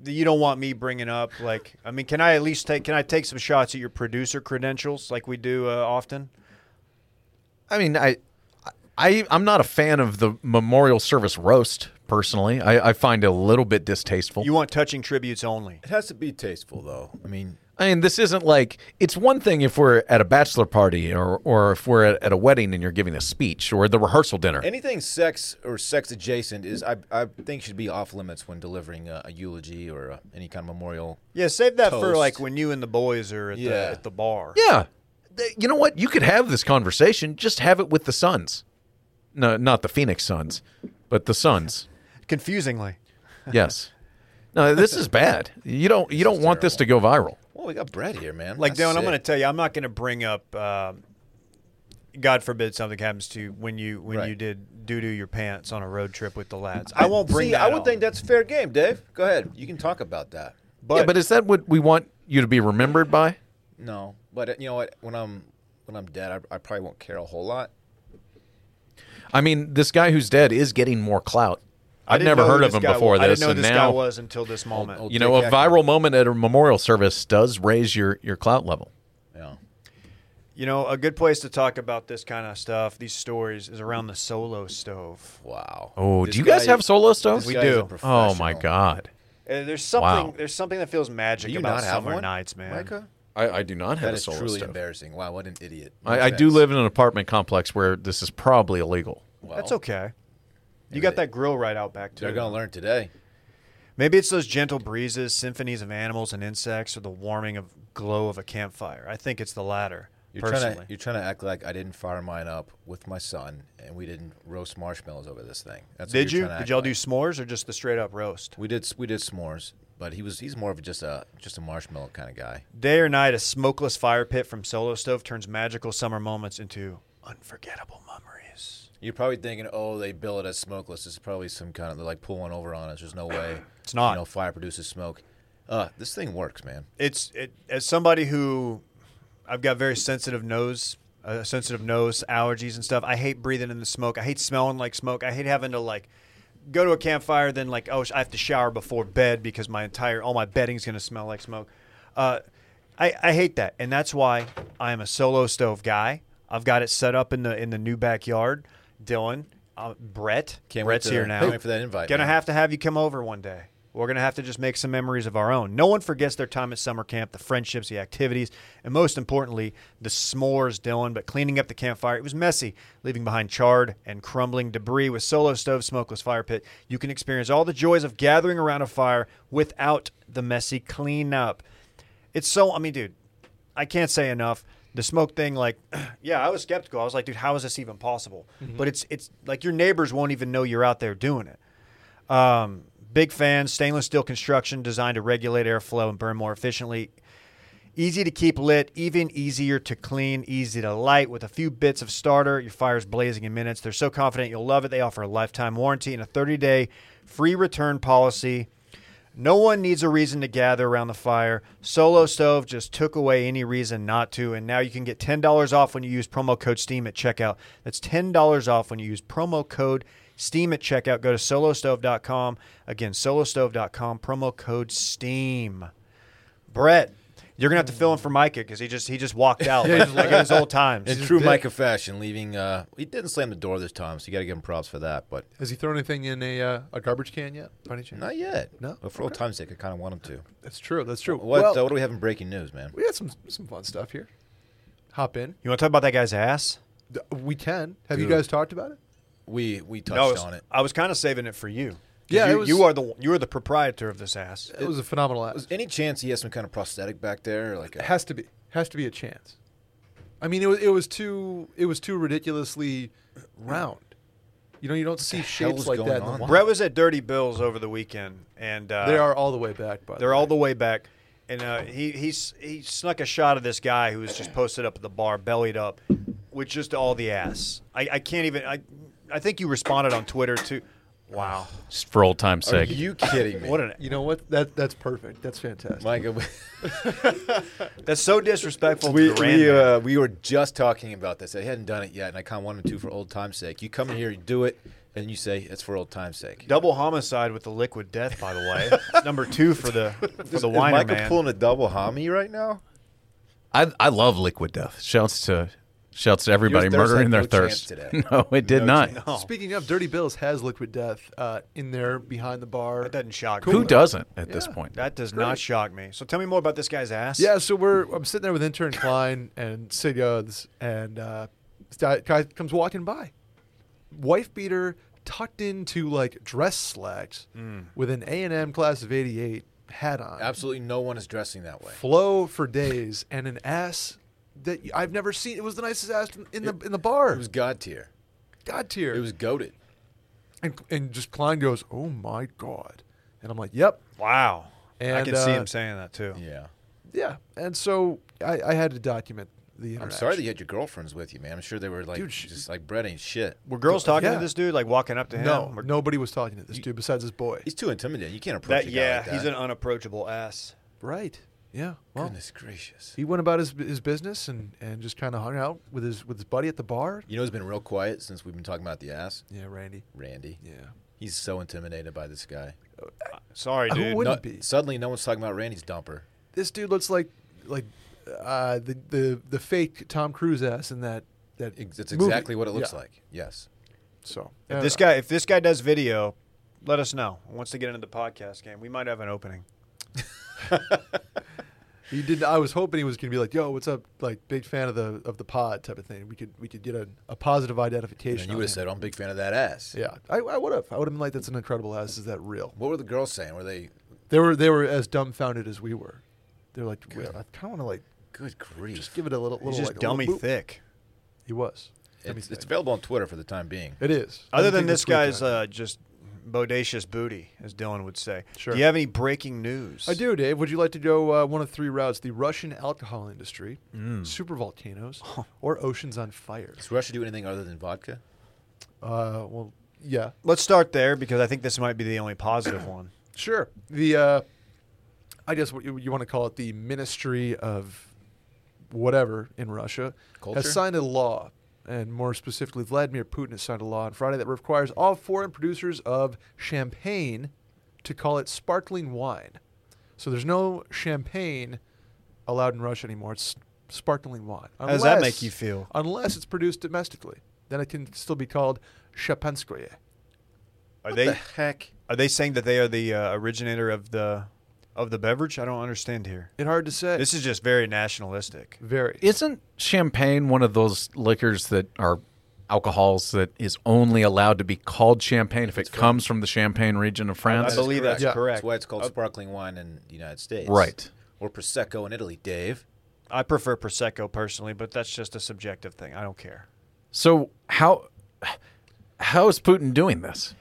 S1: that you don't want me bringing up? Like, I mean, can I at least take? Can I take some shots at your producer credentials, like we do uh, often?
S3: I mean, I, I, I'm not a fan of the memorial service roast personally. I, I find it a little bit distasteful.
S1: You want touching tributes only.
S2: It has to be tasteful, though. I mean,
S3: I mean, this isn't like it's one thing if we're at a bachelor party or or if we're at, at a wedding and you're giving a speech or the rehearsal dinner.
S2: Anything sex or sex adjacent is, I, I think, should be off limits when delivering a, a eulogy or uh any kind of memorial.
S1: Yeah, save that for
S2: Toast.
S1: like when you and the boys are at,
S2: Yeah.
S1: the, at the bar.
S3: yeah, Th- you know what? You could have this conversation. Just have it with the Suns. No, not the Phoenix Suns, but the Suns.
S1: Confusingly.
S3: Yes. No, this is bad. You don't you don't want this to go viral.
S2: Well, we got Brett here, man.
S1: Like,
S2: That's
S1: Dylan, I'm going to
S2: sick.
S1: tell you, I'm not going to bring up, um, God forbid something happens to you when you when
S2: Right.
S1: you did doo doo your pants on a road trip with the lads. I won't bring
S2: See,
S1: that
S2: I would
S1: up.
S2: think that's fair game, Dave. Go ahead. You can talk about that.
S1: But,
S3: yeah, but is that what we want you to be remembered by?
S2: No, but uh, you know what? When I'm when I'm dead, I, I probably won't care a whole lot.
S3: I mean, this guy who's dead is getting more clout.
S1: I
S3: I've
S1: didn't
S3: never
S1: know who
S3: heard of
S1: this
S3: him
S1: guy
S3: before
S1: was.
S3: this,
S1: I didn't know who
S3: and
S1: this guy
S3: now
S1: was until this moment.
S2: old-
S3: you know a
S2: Dick
S3: viral moment at a memorial service does raise your your clout level.
S2: Yeah.
S1: You know, a good place to talk about this kind of stuff, these stories, is around the solo stove.
S2: Wow.
S3: Oh,
S2: This
S3: do you guys
S2: guy-
S3: have solo stoves?
S1: We
S2: this guy is a
S1: do.
S3: Oh my
S2: professional.
S3: god,
S1: Uh, there's something.
S3: Wow.
S1: There's something that feels magic
S2: Do you
S1: about
S2: not have
S1: summer
S2: one,
S1: nights, man.
S2: Micah?
S3: I, I do not have
S2: That
S3: a
S2: is
S3: solo
S2: truly
S3: stove.
S2: embarrassing. Wow, what an idiot. No
S3: I, I do
S2: offense.
S3: live in an apartment complex where this is probably illegal.
S2: Well,
S1: That's okay. You got
S2: they-
S1: that grill right out back too.
S2: They're gonna learn today.
S1: Maybe it's those gentle breezes, symphonies of animals and insects, or the warming of glow of a campfire. I think it's the latter.
S2: You're
S1: personally,
S2: trying to you're trying to act like I didn't fire mine up with my son, and we didn't roast marshmallows over this thing. That's what
S1: did
S2: you're
S1: you?
S2: trying
S1: Did
S2: to act
S1: y'all
S2: like.
S1: do s'mores or just the straight up roast?
S2: We did we did s'mores, but he was he's more of just a just a marshmallow kind of guy.
S1: Day or night, a smokeless fire pit from Solo Stove turns magical summer moments into unforgettable memories.
S2: You're probably thinking, oh, they bill it as smokeless. It's probably some kind of they're like pulling over on us. There's no way.
S1: It's not.
S2: You know, fire produces smoke. Uh, this thing works, man.
S1: It's it, as somebody who I've got very sensitive nose, uh, sensitive nose allergies and stuff. I hate breathing in the smoke. I hate smelling like smoke. I hate having to like go to a campfire then like oh sh- I have to shower before bed because my entire all my bedding's gonna smell like smoke. Uh, I I hate that, and that's why I am a solo stove guy. I've got it set up in the in the new backyard. Dylan, uh, Brett,
S2: Can't wait
S1: Brett's
S2: to-
S1: here now.
S2: can't wait for that invite,
S1: Gonna
S2: man.
S1: have to have you come over one day. We're gonna have to just make some memories of our own. No one forgets their time at summer camp, the friendships, the activities, and most importantly, the s'mores, Dylan. But cleaning up the campfire, it was messy, leaving behind charred and crumbling debris. With Solo Stove Smokeless Fire Pit, you can experience all the joys of gathering around a fire without the messy cleanup. It's so, I mean, dude, I can't say enough. The smoke thing, like, yeah, I was skeptical. I was like, dude, how is this even possible? But it's, it's like your neighbors won't even know you're out there doing it. Um, big fan, stainless steel construction designed to regulate airflow and burn more efficiently. Easy to keep lit, even easier to clean, easy to light with a few bits of starter. Your fire's blazing in minutes. They're so confident you'll love it. They offer a lifetime warranty and a 30 day free return policy. No one needs a reason to gather around the fire. Solo Stove just took away any reason not to, and now you can get $10 off when you use promo code STEAM at checkout. That's $10 off when you use promo code STEAM at checkout. Go to solostove.com. Again, solostove.com, promo code STEAM. Brett, you're going to have to fill in for Micah because he just, he just walked out like, like in his old times.
S2: In true Micah fashion, leaving. Uh, he didn't slam the door this time, so you got to give him props for that. But
S5: Has he thrown anything in a uh, a garbage can yet? By any chance?
S2: not yet.
S5: No?
S2: But for old time's sake, I kind of want him to.
S5: That's true. That's true.
S2: What
S5: Well,
S2: uh, What do we have in breaking news, man?
S5: we had some some fun stuff here. Hop in.
S1: You want to talk about that guy's ass?
S5: D- We can. Have
S2: Dude.
S5: you guys talked about it?
S2: We we touched
S1: No, I was-
S2: on it.
S1: I was kind of saving it for you. 'Cause
S5: Yeah,
S1: you,
S5: it was-
S1: you are the you are the proprietor of this ass.
S5: It, was a phenomenal app.
S2: Was any chance he has some kind of prosthetic back there? Like
S5: It
S2: a,
S5: has to be. Has to be a chance. I mean, it was it was too it was too ridiculously round. You know, you don't see
S2: hell
S5: shapes
S2: is
S5: like
S2: going
S5: that. In the
S2: on?
S5: wild.
S1: Brett was at Dirty Bills over the weekend, and uh,
S5: they are all the way back. By the
S1: they're
S5: way.
S1: all the way back. And uh, he he's he snuck a shot of this guy who was just posted up at the bar, bellied up, with just all the ass. I, I can't even. I I think you responded on Twitter too. Wow,
S3: Just for old time's
S2: are
S3: sake.
S2: you kidding me?
S1: what an
S5: You know what? That that's perfect. That's fantastic.
S2: Micah, we,
S1: that's so disrespectful.
S2: we,
S1: to the Rand
S2: we,
S1: man.
S2: uh, we were just talking about this. I hadn't done it yet, and I kind of wanted to for old time's sake. You come in here, you do it, and you say it's for old time's sake.
S1: Double homicide with the liquid death, by the way. It's number two for the for
S2: Is-
S1: the
S2: is
S1: winer
S2: Micah
S1: man.
S2: pulling a double homie right now?
S3: I I love Liquid Death. Shouts to Shouts to everybody
S2: Your thirst
S3: murdering
S2: had
S3: their
S2: no chance
S3: thirst.
S2: today.
S3: No, it did not.
S1: No.
S5: Speaking of, Dirty Bills has Liquid Death uh, in there behind the bar.
S1: That doesn't shock
S3: Who
S1: me.
S3: doesn't at this
S5: Yeah.
S3: point?
S1: That does not shock me. So tell me more about this guy's ass.
S5: Yeah, so we're I'm sitting there with intern Klein and Sid Yods, and uh, this guy guy comes walking by, wife beater tucked into like dress slacks with an A and M class of '88 hat on,
S2: Mm. Absolutely no one is dressing that way.
S5: flow for days, and an ass that I've never seen. It was the nicest ass in, in the in the bar.
S2: It was god tier.
S5: god tier.
S2: It was goaded.
S5: and, and just Klein goes, "Oh my god," and I'm like, "Yep,
S1: Wow. I
S5: And,
S1: can see
S5: uh,
S1: him saying that too.
S2: Yeah.
S5: yeah." And so I, I had to document the.
S2: I'm
S5: interaction.
S2: sorry that you had your girlfriends with you, man. I'm sure they were like,
S5: Dude, she-
S2: just like bread ain't shit.
S1: Were girls talking
S5: Yeah.
S1: to this dude, like walking up to him?
S5: No,
S1: Or-
S5: nobody was talking to this dude besides this boy.
S2: He's too intimidating. You can't approach
S1: That
S2: a guy
S1: yeah,
S2: like that.
S1: he's an unapproachable ass.
S5: Right. Yeah. Well,
S2: Goodness gracious.
S5: he went about his his business and and just kind of hung out with his with his buddy at the bar.
S2: You know, it's been real quiet since we've been talking about the ass.
S5: Yeah, Randy.
S2: Randy.
S5: Yeah.
S2: He's so intimidated by this guy.
S1: Uh, Sorry,
S5: Who
S1: dude.
S5: would-
S2: No-
S5: Wouldn't be.
S2: suddenly, no one's talking about Randy's dumper.
S5: This dude looks like like uh, the the the fake Tom Cruise ass in that that.
S2: Ex- That's
S5: movie.
S2: exactly what it looks
S5: Yeah.
S2: like. Yes.
S5: So
S1: If this guy, if this guy does video, let us know. Once they get into the podcast game, we might have an opening.
S5: he did. I was hoping he was gonna be like, "Yo, what's up?" Like, big fan of the of the pod type of thing. We could we could get a, a positive
S2: And
S5: identification.
S2: you
S5: on
S2: would have
S5: him.
S2: said, I'm a big fan of that ass.
S5: Yeah, I, I would have. I would have been like, "That's an incredible ass. Is that real?"
S2: What were the girls saying? Were they,
S5: They were they were as dumbfounded as we were. They're like, "Well, I kind of want to like
S2: good grief.
S5: just give it a little little
S1: He's just
S5: like, a
S1: dummy
S5: little boop.
S1: thick.
S5: He was.
S2: it's, it's available on Twitter for the time being.
S5: It is.
S1: Other
S5: I
S1: than
S5: think
S1: this
S5: week,
S1: guy's
S5: I-
S1: uh, just bodacious booty, as Dylan would say.
S5: Sure.
S1: Do you have any breaking news?
S5: I do, Dave. Would you like to go uh, one of three routes: the Russian alcohol industry,
S1: Mm.
S5: super volcanoes, or oceans on fire?
S2: Does Russia do anything other than vodka?
S5: Uh, well, yeah,
S1: Let's start there because I think this might be the only positive one.
S5: sure. The uh, I guess what you, you want to call it the Ministry of whatever in Russia
S2: Culture?
S5: has signed a law, and more specifically, Vladimir Putin has signed a law on Friday that requires all foreign producers of champagne to call it sparkling wine. So there's no champagne allowed in Russia anymore. It's sparkling wine.
S1: How does that make you feel?
S5: Unless it's produced domestically, then it can still be called chapanskoye.
S1: Are they
S2: the heck?
S1: are they saying that they are the uh, originator of the of the beverage? I don't understand here.
S5: It's hard to say.
S1: This is just very nationalistic.
S5: very.
S3: Isn't champagne one of those liquors that are alcohols that is only allowed to be called champagne if it comes from the Champagne region of
S1: I
S3: France?
S1: believe that's
S5: Yeah.
S1: correct. Uh,
S2: That's why it's called sparkling wine in the United States.
S3: Right.
S2: Or Prosecco in Italy, Dave.
S1: I prefer prosecco personally, but that's just a subjective thing. I don't care.
S3: So how how is Putin doing this?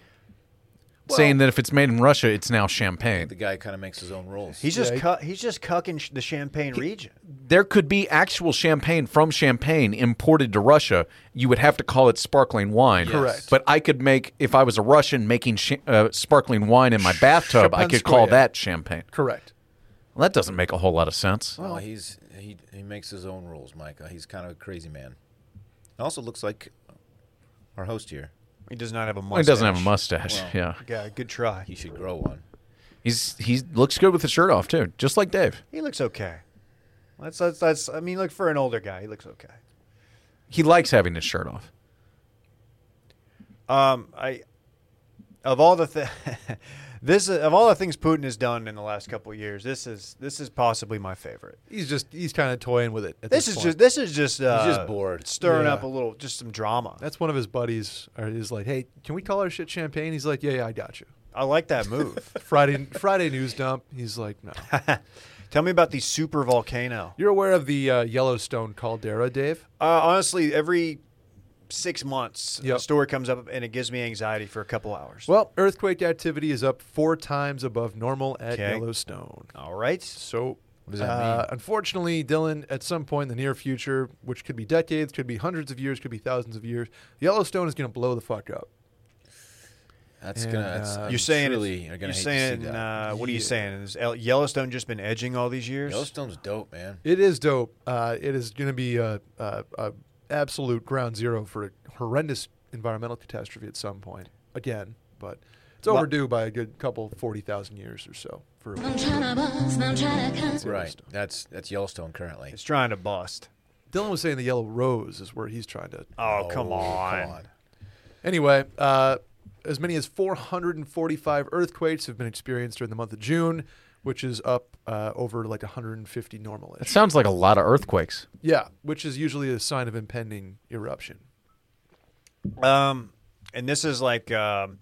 S3: Saying that if it's made in Russia, it's now champagne.
S2: The guy kind of makes his own rules.
S1: He's just
S5: Yeah, he-
S1: cu- he's just cucking sh- the Champagne region.
S3: There could be actual champagne from Champagne imported to Russia. You would have to call it sparkling wine.
S5: Correct.
S3: But I could make, if I was a Russian making sh- uh, sparkling wine in my bathtub, I could call
S5: Shapanskoye.
S3: that champagne.
S5: Correct.
S3: Well, that doesn't make a whole lot of sense.
S2: Well, Oh, he's he he makes his own rules, Mike. He's kind of a crazy man. It also looks like our host here.
S1: He does not have a mustache.
S3: Well, he doesn't have a mustache. yeah,
S1: Yeah, good try.
S2: He should grow one.
S3: he's he looks good with the shirt off too, just like Dave.
S1: He looks okay. That's that's, that's I mean, look for an older guy, he looks okay.
S3: He likes having his shirt off.
S1: Um, I of all the th- this is, of all the things Putin has done in the last couple of years, this is this is possibly my favorite.
S5: He's just he's kind of toying with it. At
S1: This,
S5: this,
S1: is
S5: point.
S1: just this is just uh,
S2: just bored.
S1: stirring
S5: Yeah.
S1: up a little, just some drama.
S5: that's one of his buddies. Or is like, hey, can we call our shit champagne? He's like, yeah, yeah, I got you.
S1: I like that move.
S5: Friday Friday news dump. He's like, no.
S1: Tell me about the super volcano.
S5: You're aware of the uh, Yellowstone caldera, Dave?
S1: Uh, honestly, every six months, a
S5: Yep.
S1: story comes up and it gives me anxiety for a couple hours.
S5: Well, earthquake activity is up four times above normal at
S1: Okay.
S5: Yellowstone.
S1: all right.
S5: So, what
S2: does that
S5: uh, unfortunately, Dylan, at some point in the near future, which could be decades, could be hundreds of years, could be thousands of years, Yellowstone is going to blow the fuck up.
S2: That's
S5: And,
S2: gonna. That's,
S5: uh,
S2: I'm
S1: You're saying it's-
S2: truly are gonna
S1: you're
S2: hate
S1: saying
S2: to see that.
S1: Uh, what are you
S5: Yeah.
S1: saying? Has El- Yellowstone just been edging all these years?
S2: Yellowstone's dope, man.
S5: It is dope. Uh, it is going to be a, a, a absolute ground zero for a horrendous environmental catastrophe at some point again, but it's
S1: Well-
S5: overdue by a good couple forty thousand years or so. For
S6: I'm trying to bust, I'm trying to cut.
S2: Right.
S5: Yellowstone.
S2: That's that's Yellowstone currently.
S1: It's trying to bust.
S5: Dylan was saying the yellow rose is where he's trying to.
S1: Oh, come on.
S5: Anyway, uh, as many as 445 earthquakes have been experienced during the month of June, which is up uh, over like 150 normally.
S3: It sounds like a lot of earthquakes.
S5: Yeah, which is usually a sign of impending eruption.
S1: Um, and this is like um,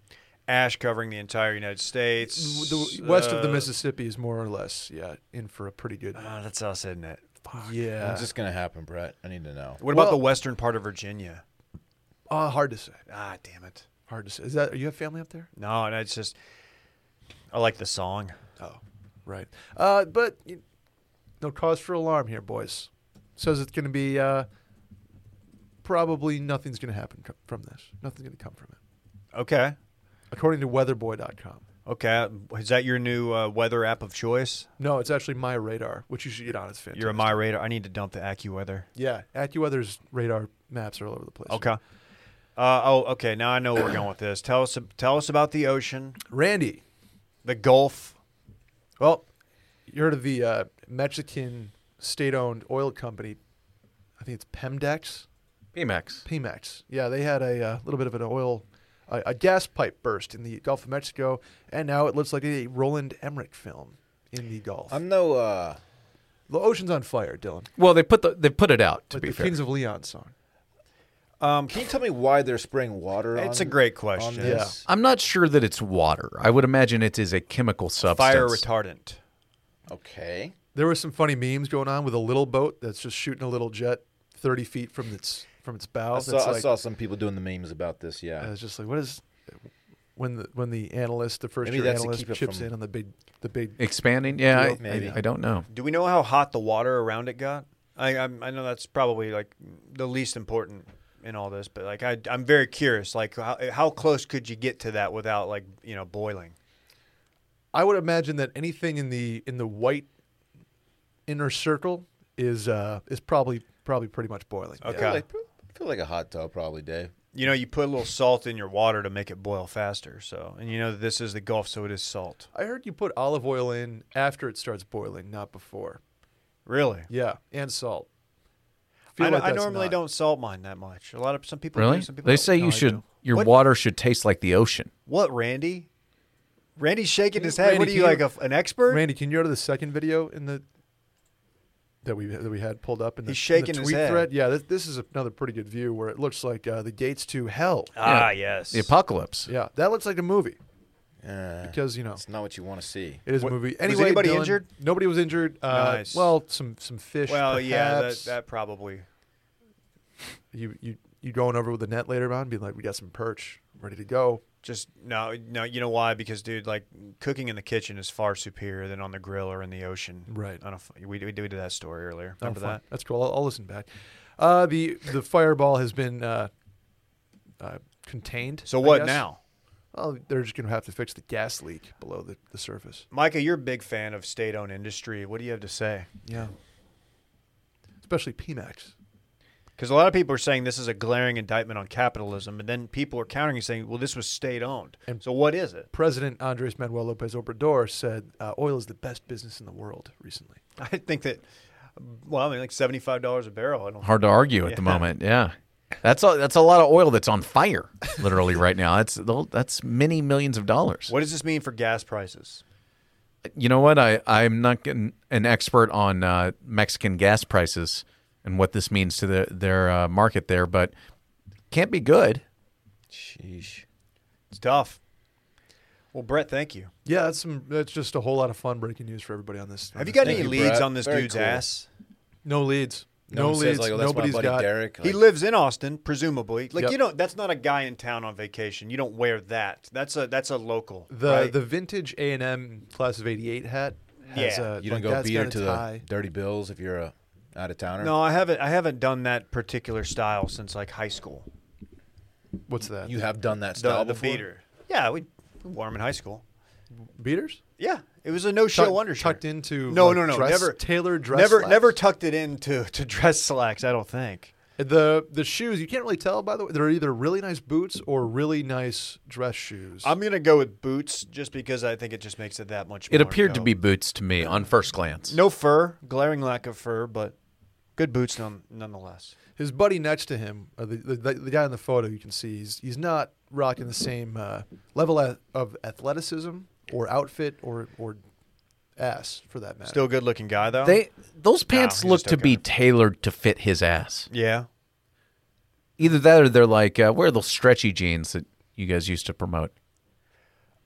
S1: ash covering the entire United States.
S5: The west of the
S1: Uh,
S5: Mississippi is more or less, yeah, in for a pretty good.
S1: ah, that's us, isn't it?
S5: yeah.
S2: When's this gonna happen, Brett? I need to know.
S1: What
S5: Well-
S1: about the western part of Virginia?
S5: Uh, hard to say.
S1: Ah, damn it.
S5: Hard to say. Is that you have family up there?
S1: No, and it's just I like the song.
S5: Oh, right. Uh, but you, no cause for alarm here, boys. Says it's going to be uh, probably nothing's going to happen co- from this. Nothing's going to come from it,
S1: Okay,
S5: according to weatherboy.com.
S1: okay. Is that your new uh, weather app of choice?
S5: No, it's actually my radar, which you should get on. It's fantastic.
S1: You're a my radar. I need to dump the AccuWeather.
S5: Yeah, AccuWeather's radar maps are all over the place.
S1: Okay. Uh, oh, okay. Now I know where we're going with this. Tell us, tell us about the ocean,
S5: Randy.
S1: the Gulf.
S5: Well, you heard of the uh, Mexican state-owned oil company? I think it's Pemdex.
S3: PMAX.
S5: Pemex. Yeah, they had a, uh little bit of an oil, a, a gas pipe burst in the Gulf of Mexico, and now it looks like a Roland Emmerich film in the Gulf.
S2: I'm no. uh
S5: the ocean's on fire, Dylan.
S3: Well, they put the they put it out to
S5: Like
S3: be
S5: the
S3: fair.
S5: Kings of Leon song.
S1: Um,
S2: Can you tell me why they're spraying water?
S1: It's
S2: on-
S1: a great
S2: On
S1: question.
S2: this?
S3: I'm not sure that it's water. I would imagine it is a chemical substance.
S1: fire retardant.
S2: Okay.
S5: There were some funny memes going on with a little boat that's just shooting a little jet thirty feet from its from its bow.
S2: I
S5: That's
S2: saw, I
S5: like-
S2: saw some people doing the memes about this. Yeah.
S5: I was just like, what is when the when the analyst, the first
S2: Maybe
S5: year
S2: that's to
S5: analyst,
S2: keep it
S5: chips
S2: from-
S5: in on the big the big
S3: Expanding? Yeah, I,
S2: Maybe.
S3: I, I don't know.
S1: Do we know how hot the water around it got? I I'm, I know that's probably like the least important in all this, but like I I'm very curious. Like how how close could you get to that without like you know boiling?
S5: I would imagine that anything in the in the white inner circle is uh, is probably probably pretty much boiling.
S2: I
S1: Okay.
S2: feel, like, I feel like a hot tub probably, Dave.
S1: You know, you put a little salt in your water to make it boil faster. So, and you know that this is the Gulf, so it is salt.
S5: I heard you put olive oil in after it starts boiling, not before.
S1: Really?
S5: Yeah, and salt. Feel
S1: I,
S5: like
S1: I
S5: that's
S1: normally
S5: not-
S1: don't salt mine that much. A lot of some people
S3: Really?
S1: do, some people
S3: They
S1: don't.
S3: say
S1: No,
S3: you
S1: I
S3: should
S1: do.
S3: your
S1: What?
S3: water should taste like the ocean.
S1: What, Randy? Randy's shaking his head.
S5: Randy,
S1: what are
S5: can
S1: you
S5: you-
S1: like a, an expert?
S5: Randy, can you go to the second video in the that we that we had pulled up in the,
S1: He's
S5: in the
S1: shaking his
S5: tweet
S1: head.
S5: thread? Yeah, this, this is another pretty good view where it looks like uh, the gates to hell.
S1: ah,
S3: Yeah.
S1: yes.
S3: The apocalypse.
S5: Yeah, that looks like a movie
S2: Yeah.
S5: because you know
S2: It's not what you want to see.
S5: It is
S1: What-
S5: a movie.
S1: was
S5: Anyway,
S1: anybody
S5: Dylan,
S1: injured?
S5: Nobody was injured. Uh,
S1: Nice.
S5: Well, some some fish.
S1: well, yeah, that,
S5: perhaps.
S1: that probably.
S5: You you you going over with the net later on, being like, we got some perch ready to go.
S1: Just no, no. You know why? Because dude, like cooking in the kitchen is far superior than on the grill or in the ocean.
S5: Right.
S1: I don't. f- We we did that story earlier.
S5: Oh,
S1: Remember
S5: fine.
S1: that?
S5: That's cool. I'll, I'll listen back. Uh, the the fireball has been uh, uh, contained.
S1: So
S5: I
S1: what
S5: guess.
S1: now,
S5: Well, they're just gonna have to fix the gas leak below the, the surface.
S1: Micah? You're a big fan of state-owned industry. What do you have to say?
S5: Yeah. Especially PMAX.
S1: Because a lot of people are saying this is a glaring indictment on capitalism, and then people are countering and saying, "Well, this was state-owned."
S5: And-
S1: so what is it?
S5: President Andres Manuel Lopez Obrador said uh, oil is the best business in the world recently.
S1: I think that. Well, I mean, like seventy-five dollars a barrel. I don't.
S3: Hard to argue at the
S1: Yeah.
S3: moment. Yeah. That's a, that's a lot of oil that's on fire literally right now. That's that's many millions of dollars.
S1: What does this mean for gas prices?
S3: You know what? I I'm not getting an expert on uh, Mexican gas prices and what this means to the, their uh, market there, but can't be good.
S2: Sheesh.
S1: It's tough. Well, Brett, thank you.
S5: Yeah, that's some. That's just a whole lot of fun breaking news for everybody on this. on
S1: Have you
S5: this
S1: got
S5: thing.
S1: any
S2: you,
S1: leads
S2: Brett.
S1: on this
S2: Very
S1: dude's
S2: cool.
S1: ass?
S5: No leads.
S2: No,
S5: No,
S2: one
S5: leads.
S2: Says, like, oh, that's
S5: Nobody's
S2: my buddy
S5: got.
S2: Derek.
S1: He
S2: like-
S1: lives in Austin, presumably. Like
S5: Yep.
S1: you don't. That's not a guy in town on vacation. You don't wear that. That's a that's a local.
S5: The
S1: right?
S5: the vintage A and M class of '88 hat. Has
S1: Yeah.
S5: a,
S2: You don't
S5: like,
S2: go
S5: that's
S2: beat her
S5: got a
S2: to the
S5: tie.
S2: dirty bills if you're a out of towner.
S1: no, I haven't. I haven't done that particular style since like high school.
S5: What's that?
S2: You have done that
S1: The,
S2: style
S1: the
S2: before.
S1: beater. Yeah, we, we wore 'em in high school.
S5: beaters?
S1: Yeah, it was a no-show undershirt.
S5: tucked into.
S1: No,
S5: like,
S1: no, no,
S5: dress-
S1: never
S5: tailored dress.
S1: Never,
S5: slacks.
S1: never tucked it into to dress slacks. I don't think.
S5: the the shoes. You can't really tell. By the way, they're either really nice boots or really nice dress shoes.
S1: I'm gonna go with boots just because I think it just makes it that much.
S3: It
S1: more
S3: appeared to
S1: dope.
S3: be boots to me on first glance.
S1: no fur, glaring lack of fur, but Good boots, none, nonetheless.
S5: His buddy next to him, uh, the, the the guy in the photo, you can see he's he's not rocking the same uh, level a- of athleticism or outfit or or ass for that matter.
S1: Still good looking guy though.
S3: They those pants
S1: he
S3: look
S1: just
S3: to
S1: took
S3: be
S1: it.
S3: tailored to fit his ass.
S1: yeah.
S3: Either that or they're like uh, where are those stretchy jeans that you guys used to promote?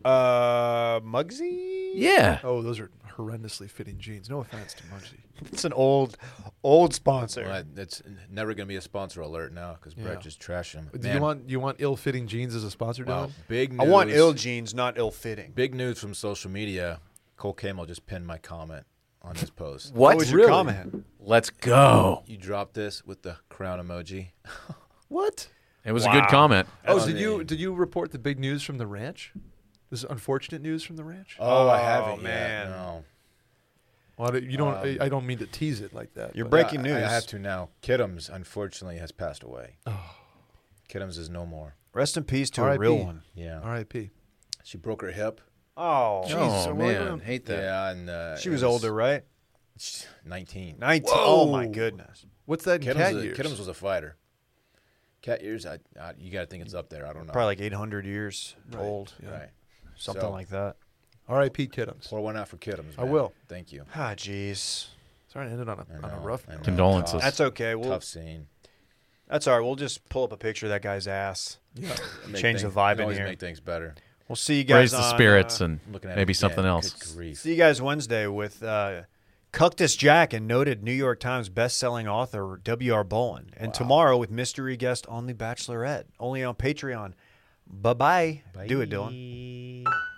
S1: Uh, Muggsy.
S3: Yeah.
S5: oh, those are horrendously fitting jeans. No offense to Munchie.
S1: It's an old, old sponsor.
S2: Well, that- that's never going to be a sponsor alert now because Brett
S5: Yeah.
S2: just trashed him.
S5: Do you want you want ill fitting jeans as a sponsor,
S2: wow,
S5: Dylan?
S2: big news.
S1: I want ill jeans, not ill fitting.
S2: Big news from social media. Cole Camel just pinned my comment on his post.
S3: What?
S1: was your
S3: Really?
S1: comment?
S3: Let's go.
S2: You dropped this with the crown emoji.
S5: What?
S3: It was a
S1: Wow.
S3: good comment.
S5: Oh,
S2: I
S5: did you
S2: mean-
S5: did you report the big news from the ranch? This unfortunate news from the ranch.
S2: Oh, I
S1: Oh,
S2: haven't
S1: man.
S2: yet. No.
S5: Uh, Well, you don't.
S2: Um,
S5: I, I don't mean to tease it like that.
S1: You're
S5: but-
S1: breaking
S2: Yeah, I-
S1: news.
S2: I have to now. Kiddums, unfortunately, has passed away. Kiddums is no more.
S1: Rest in peace to a
S5: R.I.P..
S1: real one.
S2: Yeah.
S5: R.I.P.
S2: She broke her hip.
S1: Oh,
S3: oh man, hate that.
S2: Yeah, and uh,
S1: she
S2: it
S1: was older, right?
S2: 19.
S1: Nineteen. Oh my
S5: Whoa.
S1: goodness.
S5: What's that? in
S2: Kiddums,
S5: cat
S2: was a-
S5: years?
S2: Kiddums was a fighter. Cat years, I, I you got to think it's up there. I don't know.
S1: Probably like eight hundred years old,
S5: yeah.
S2: Right.
S1: something
S2: So-
S1: like that.
S5: R.I.P. Kiddums.
S2: Pour one out for Kiddums.
S5: I
S2: man.
S5: will.
S2: Thank you.
S1: Ah, jeez.
S5: Sorry, I ended on a,
S2: I
S5: on a
S2: know,
S5: rough
S2: I
S5: note.
S2: know.
S3: Condolences.
S1: That's okay.
S2: Tough,
S1: We'll.
S2: tough scene.
S1: That's all right. We'll just pull up a picture of that guy's ass.
S2: Make
S1: Change the
S2: things-
S1: vibe in
S2: always
S1: here.
S2: Make things better.
S1: We'll see you guys.
S3: Raise the
S1: on,
S3: spirits
S1: uh,
S3: and
S2: I'm looking at it
S3: maybe
S2: again.
S3: something
S2: Good
S3: else.
S2: grief.
S1: see you guys Wednesday with uh, Cactus Jack and noted New York Times best-selling author W.R. Bowen, and tomorrow with mystery guest on The Bachelorette, only on Patreon. Bye bye. Do it, Dylan.
S2: Dylan.